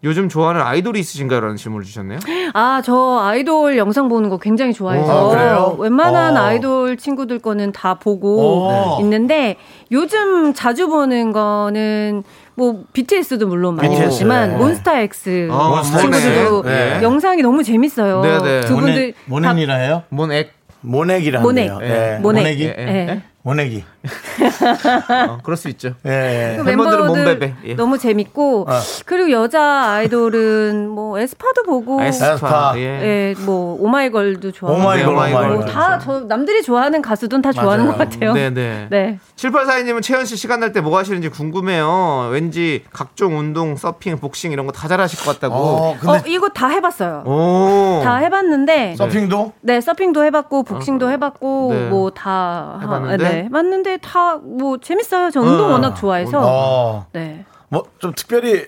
Speaker 2: 요즘 좋아하는 아이돌이 있으신가요라는 질문을 주셨네요.
Speaker 6: 아, 저 아이돌 영상 보는 거 굉장히
Speaker 1: 어, 그래요?
Speaker 6: 좋아해서 웬만한
Speaker 1: 어.
Speaker 6: 아이돌 친구들 거는 다 보고
Speaker 1: 어.
Speaker 6: 있는데 요즘 자주 보는 거는 뭐 BTS도 물론 많이
Speaker 1: BTS,
Speaker 6: 보지만
Speaker 1: 네.
Speaker 6: 몬스타엑스
Speaker 2: 아,
Speaker 6: 친구들도
Speaker 1: 몬스타엑스. 어, 네.
Speaker 6: 영상이 너무 재밌어요.
Speaker 2: 네, 네.
Speaker 6: 두 분들
Speaker 1: 모네, 모이라 해요?
Speaker 2: 뭔액
Speaker 1: 모내기라
Speaker 6: 모네.
Speaker 1: 하네요.
Speaker 2: 예.
Speaker 1: 예.
Speaker 6: 모네.
Speaker 1: 모내기.
Speaker 2: 예, 예.
Speaker 6: 다, 예.
Speaker 1: 모내기.
Speaker 2: 어, 그럴 수 있죠.
Speaker 1: 예.
Speaker 6: 그
Speaker 2: 멤버들은
Speaker 6: 멤버들
Speaker 2: 몸베베, 예.
Speaker 6: 너무 재밌고
Speaker 1: 아.
Speaker 6: 그리고 여자 아이돌은 뭐 에스파도 보고
Speaker 2: 아, 에스파.
Speaker 1: 에스파. 네.
Speaker 2: 예.
Speaker 6: 예, 뭐 오마이걸도 좋아하고
Speaker 1: 오마이걸,
Speaker 2: 오마이걸.
Speaker 1: 오마이걸.
Speaker 6: 다 저 남들이 좋아하는 가수든 다 좋아하는
Speaker 1: 맞아요.
Speaker 6: 것 같아요.
Speaker 2: 네, 네.
Speaker 6: 네.
Speaker 2: 7842님은 채연 씨 시간 날 때 뭐 하시는지 궁금해요. 왠지 각종 운동, 서핑, 복싱 이런 거 다 잘하실 것 같다고.
Speaker 1: 어, 근데
Speaker 6: 어, 이거 다 해봤어요.
Speaker 2: 오.
Speaker 6: 다 해봤는데,
Speaker 1: 서핑도
Speaker 6: 네, 서핑도 해봤고, 복싱도 해봤고,
Speaker 2: 네.
Speaker 6: 뭐 다.
Speaker 2: 해봤는데
Speaker 6: 네, 맞는데 다 뭐 재밌어요. 저 운동
Speaker 2: 어,
Speaker 6: 워낙 좋아해서.
Speaker 1: 어.
Speaker 6: 네.
Speaker 1: 뭐 좀 특별히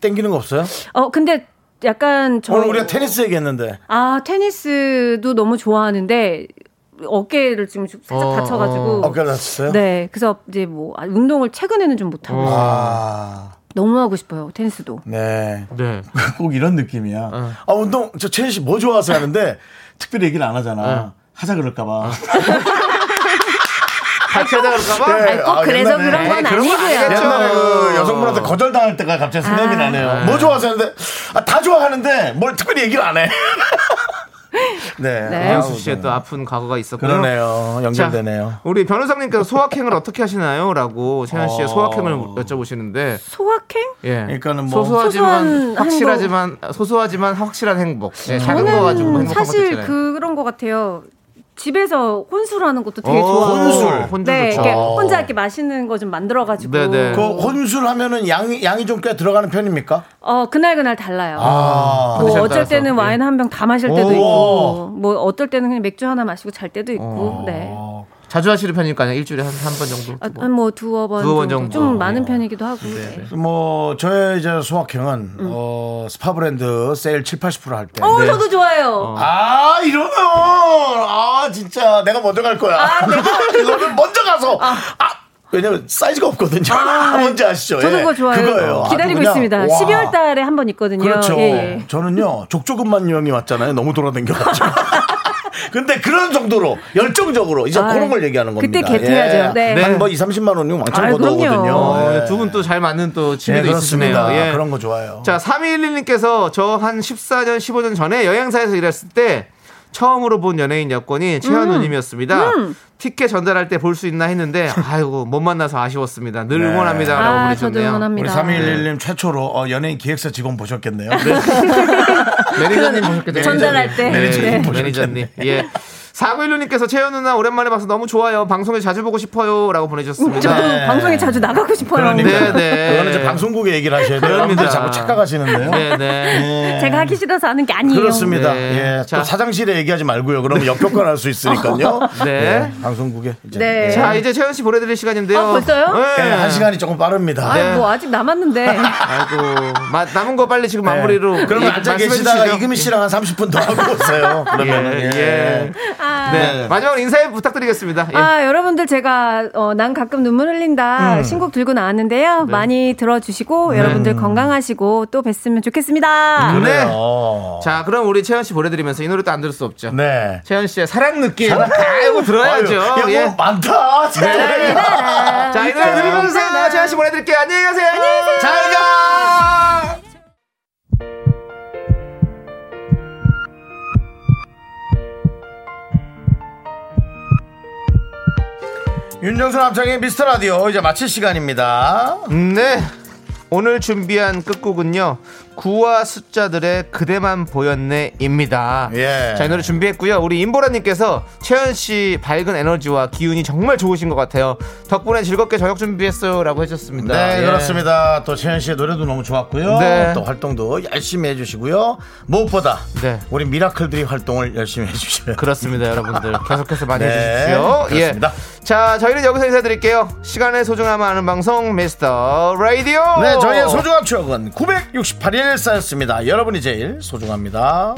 Speaker 1: 땡기는 거 없어요?
Speaker 6: 어 근데 약간 저
Speaker 1: 오늘 우리가 테니스 얘기했는데
Speaker 6: 아 테니스도 너무 좋아하는데 어깨를 지금 살짝
Speaker 2: 어,
Speaker 6: 다쳐가지고.
Speaker 1: 어깨 다쳤어요?
Speaker 6: 네, 그래서 이제 뭐 아, 운동을 최근에는 좀 못하고
Speaker 2: 어.
Speaker 1: 아,
Speaker 6: 너무 하고 싶어요 테니스도.
Speaker 1: 네.
Speaker 2: 네.
Speaker 1: 꼭 이런 느낌이야. 아 운동 저 최인 씨뭐 좋아하세요 하는데 특별히 얘기를 안 하잖아. 하자 그럴까봐.
Speaker 2: 같이 하자 그럴까봐?
Speaker 1: 네.
Speaker 6: 아니, 꼭
Speaker 1: 아,
Speaker 6: 그래서
Speaker 1: 옛날에.
Speaker 6: 그런 건
Speaker 2: 네, 그런 건
Speaker 6: 아니고요.
Speaker 2: 아니겠죠.
Speaker 1: 옛날에 그
Speaker 2: 어.
Speaker 1: 여성분한테 거절당할 때가 갑자기 생각이
Speaker 6: 아.
Speaker 1: 나네요. 뭐 좋아하시는데 아, 다 좋아하는데 뭘 특별히 얘기를 안 해. 네.
Speaker 6: 네.
Speaker 1: 아우,
Speaker 2: 이현수 씨의 또 아픈 과거가 있었고요.
Speaker 1: 그러네요.
Speaker 2: 자,
Speaker 1: 연결되네요.
Speaker 2: 우리 변호사님께서 소확행을 어떻게 하시나요? 라고 채연 씨의
Speaker 1: 어.
Speaker 2: 소확행을 여쭤보시는데
Speaker 6: 소확행?
Speaker 2: 예.
Speaker 1: 그러니까는 뭐
Speaker 2: 소소하지만
Speaker 6: 소소한
Speaker 2: 확실하지만 소소하지만 확실한 행복. 예, 작은 거 가지고
Speaker 6: 저는
Speaker 2: 행복한
Speaker 6: 사실
Speaker 2: 것들 있잖아요.
Speaker 6: 그런 것 같아요. 집에서 혼술 하는 것도 되게
Speaker 2: 어,
Speaker 6: 좋아하고.
Speaker 2: 혼술. 혼술
Speaker 6: 네,
Speaker 2: 좋죠.
Speaker 6: 이렇게 혼자 이렇게 맛있는 거 좀 만들어가지고.
Speaker 2: 네, 네.
Speaker 1: 그 혼술 하면은 양이 양이 좀 꽤 들어가는 편입니까?
Speaker 6: 어, 그날그날 달라요.
Speaker 1: 아.
Speaker 6: 뭐
Speaker 2: 컨디션
Speaker 6: 어쩔
Speaker 2: 따라서.
Speaker 6: 때는
Speaker 2: 예.
Speaker 6: 와인 한 병 다 마실
Speaker 1: 오. 어.
Speaker 6: 때도 있고, 뭐 어떨 때는 그냥 맥주 하나 마시고 잘 때도 있고, 네.
Speaker 2: 자주 하시는 편이니까 그냥 일주일에 한 한 번 정도.
Speaker 6: 아, 한뭐 두어 번
Speaker 2: 두어
Speaker 6: 정도.
Speaker 2: 번 정도.
Speaker 6: 좀
Speaker 2: 예.
Speaker 6: 많은 편이기도 하고. 네.
Speaker 1: 뭐 저의 이제 소확행은 어, 스파 브랜드 세일 7, 80%할 때.
Speaker 6: 음. 어, 저도 좋아요.
Speaker 1: 아 이러면 아 진짜 내가 먼저 갈 거야.
Speaker 6: 아, 네.
Speaker 1: 이거는 먼저 가서 아. 왜냐면 사이즈가 없거든요. 뭔지 아시죠?
Speaker 6: 저도
Speaker 1: 예,
Speaker 6: 그거 좋아요.
Speaker 1: 그거예요. 아주
Speaker 6: 기다리고
Speaker 1: 그냥,
Speaker 6: 있습니다.
Speaker 1: 와.
Speaker 6: 12월 달에 한 번 있거든요.
Speaker 1: 그렇죠.
Speaker 6: 예, 예.
Speaker 1: 저는요 족조근만 유형이 왔잖아요. 너무 돌아댕겨가지고. 근데 그런 정도로 열정적으로 이제
Speaker 6: 아,
Speaker 1: 그런 걸 얘기하는 겁니다. 예.
Speaker 6: 그때 개퇴하죠. 네.
Speaker 1: 한뭐 2, 30만 원이면 왕창
Speaker 6: 아,
Speaker 1: 걷어오거든요.
Speaker 6: 그럼요.
Speaker 1: 예.
Speaker 2: 두 분 또 잘 맞는 또
Speaker 1: 예,
Speaker 2: 취미도 있으시네요.
Speaker 1: 그렇습니다.
Speaker 2: 예.
Speaker 1: 그런 거 좋아요.
Speaker 2: 자, 3211님께서 저 한 14년, 15년 전에 여행사에서 일했을 때 처음으로 본 연예인 여권이
Speaker 6: 음.
Speaker 2: 최현우님이었습니다. 티켓 전달할 때 볼 수 있나 했는데 아이고 못 만나서 아쉬웠습니다. 늘
Speaker 1: 네.
Speaker 2: 응원합니다라고
Speaker 6: 아, 저도
Speaker 2: 보내셨네요.
Speaker 1: 우리
Speaker 6: 응원합니다.
Speaker 1: 3111님 최초로 어, 연예인 기획사 직원 보셨겠네요.
Speaker 2: 매니저님 보셨겠죠?
Speaker 6: 전달할 때.
Speaker 2: 네,
Speaker 1: 매니저님 보셨겠네.
Speaker 2: 매니저님. 예. 4916님께서 채연 누나 오랜만에 봐서 너무 좋아요. 방송에 자주 보고 싶어요. 라고 보내주셨습니다.
Speaker 6: 저도
Speaker 1: 네.
Speaker 6: 방송에 자주 나가고 싶어요.
Speaker 1: 그러니까
Speaker 2: 네, 네.
Speaker 1: 그거는 이제 방송국에 얘기를 하셔야 돼요.
Speaker 2: 그럽니다.
Speaker 1: 여러분들 자꾸 착각하시는데요.
Speaker 2: 네, 네.
Speaker 1: 예.
Speaker 6: 제가 하기 싫어서 하는 게 아니에요.
Speaker 1: 그렇습니다.
Speaker 2: 네.
Speaker 1: 예. 또
Speaker 2: 자.
Speaker 1: 사장실에 얘기하지 말고요. 그러면 역효과 날 수 있으니까요.
Speaker 2: 네.
Speaker 1: 예, 방송국에 이제
Speaker 6: 네.
Speaker 2: 자, 이제 채연 씨 보내드릴 시간인데요.
Speaker 6: 아, 벌써요?
Speaker 2: 네.
Speaker 1: 예, 한 시간이 조금 빠릅니다.
Speaker 6: 아, 뭐 아직 남았는데.
Speaker 2: 아이고, 마- 남은 거 빨리 지금 마무리로.
Speaker 1: 예. 그러면
Speaker 2: 얘기-
Speaker 1: 앉아
Speaker 2: 말씀해
Speaker 1: 계시다가
Speaker 2: 주시죠.
Speaker 1: 이금희 씨랑 한 30분 더 하고 오세요. 그러면
Speaker 2: 예, 예. 네.
Speaker 1: 네.
Speaker 2: 마지막 으로 인사 부탁드리겠습니다. 예.
Speaker 6: 아, 여러분들 제가 어, 난 가끔 눈물
Speaker 1: 음.
Speaker 6: 흘린다 신곡 들고
Speaker 1: 네.
Speaker 6: 나왔는데요. 많이 들어주시고 여러분들 건강하시고 또 뵀으면 좋겠습니다.
Speaker 2: 네.
Speaker 1: 어.
Speaker 2: 자, 그럼 우리 채연 씨 보내드리면서 이 노래 또 안 들을 수 없죠.
Speaker 1: 네.
Speaker 2: 채연 씨의 사랑 느낌. 아이고, 들어야죠.
Speaker 1: 아유, 야,
Speaker 2: 예. 네.
Speaker 1: 뭐 아, 많다.
Speaker 2: 자, 이 노래 들으면서 채연 씨 보내드릴게요. 안녕히 가세요. 잘 가!
Speaker 1: 윤정수 남창의 미스터 라디오 이제 마칠 시간입니다.
Speaker 2: 음, 네. 오늘 준비한 끝곡은요. 구와 숫자들의 그대만 보였네입니다.
Speaker 1: 예.
Speaker 2: 자, 이 노래 준비했고요. 우리 임보라님께서 채연 씨 밝은 에너지와 기운이 정말 좋으신 것 같아요. 덕분에 즐겁게 저녁 준비했어요. 라고 해주셨습니다.
Speaker 1: 네,
Speaker 2: 예.
Speaker 1: 그렇습니다. 또 채연 씨의 노래도 너무 좋았고요.
Speaker 2: 네.
Speaker 1: 또 활동도 열심히 해주시고요. 무엇보다
Speaker 2: 네.
Speaker 1: 우리 미라클들이 활동을 열심히 해주셔요.
Speaker 2: 그렇습니다, 여러분들. 계속해서 많이
Speaker 1: 네,
Speaker 2: 해주십시오.
Speaker 1: 그렇습니다.
Speaker 2: 예. 자, 저희는 여기서 인사드릴게요. 시간의 소중함을 아는 방송, 미스터 라디오.
Speaker 1: 네, 저희의 소중한 추억은 968일 쌓였습니다. 여러분이 제일 소중합니다.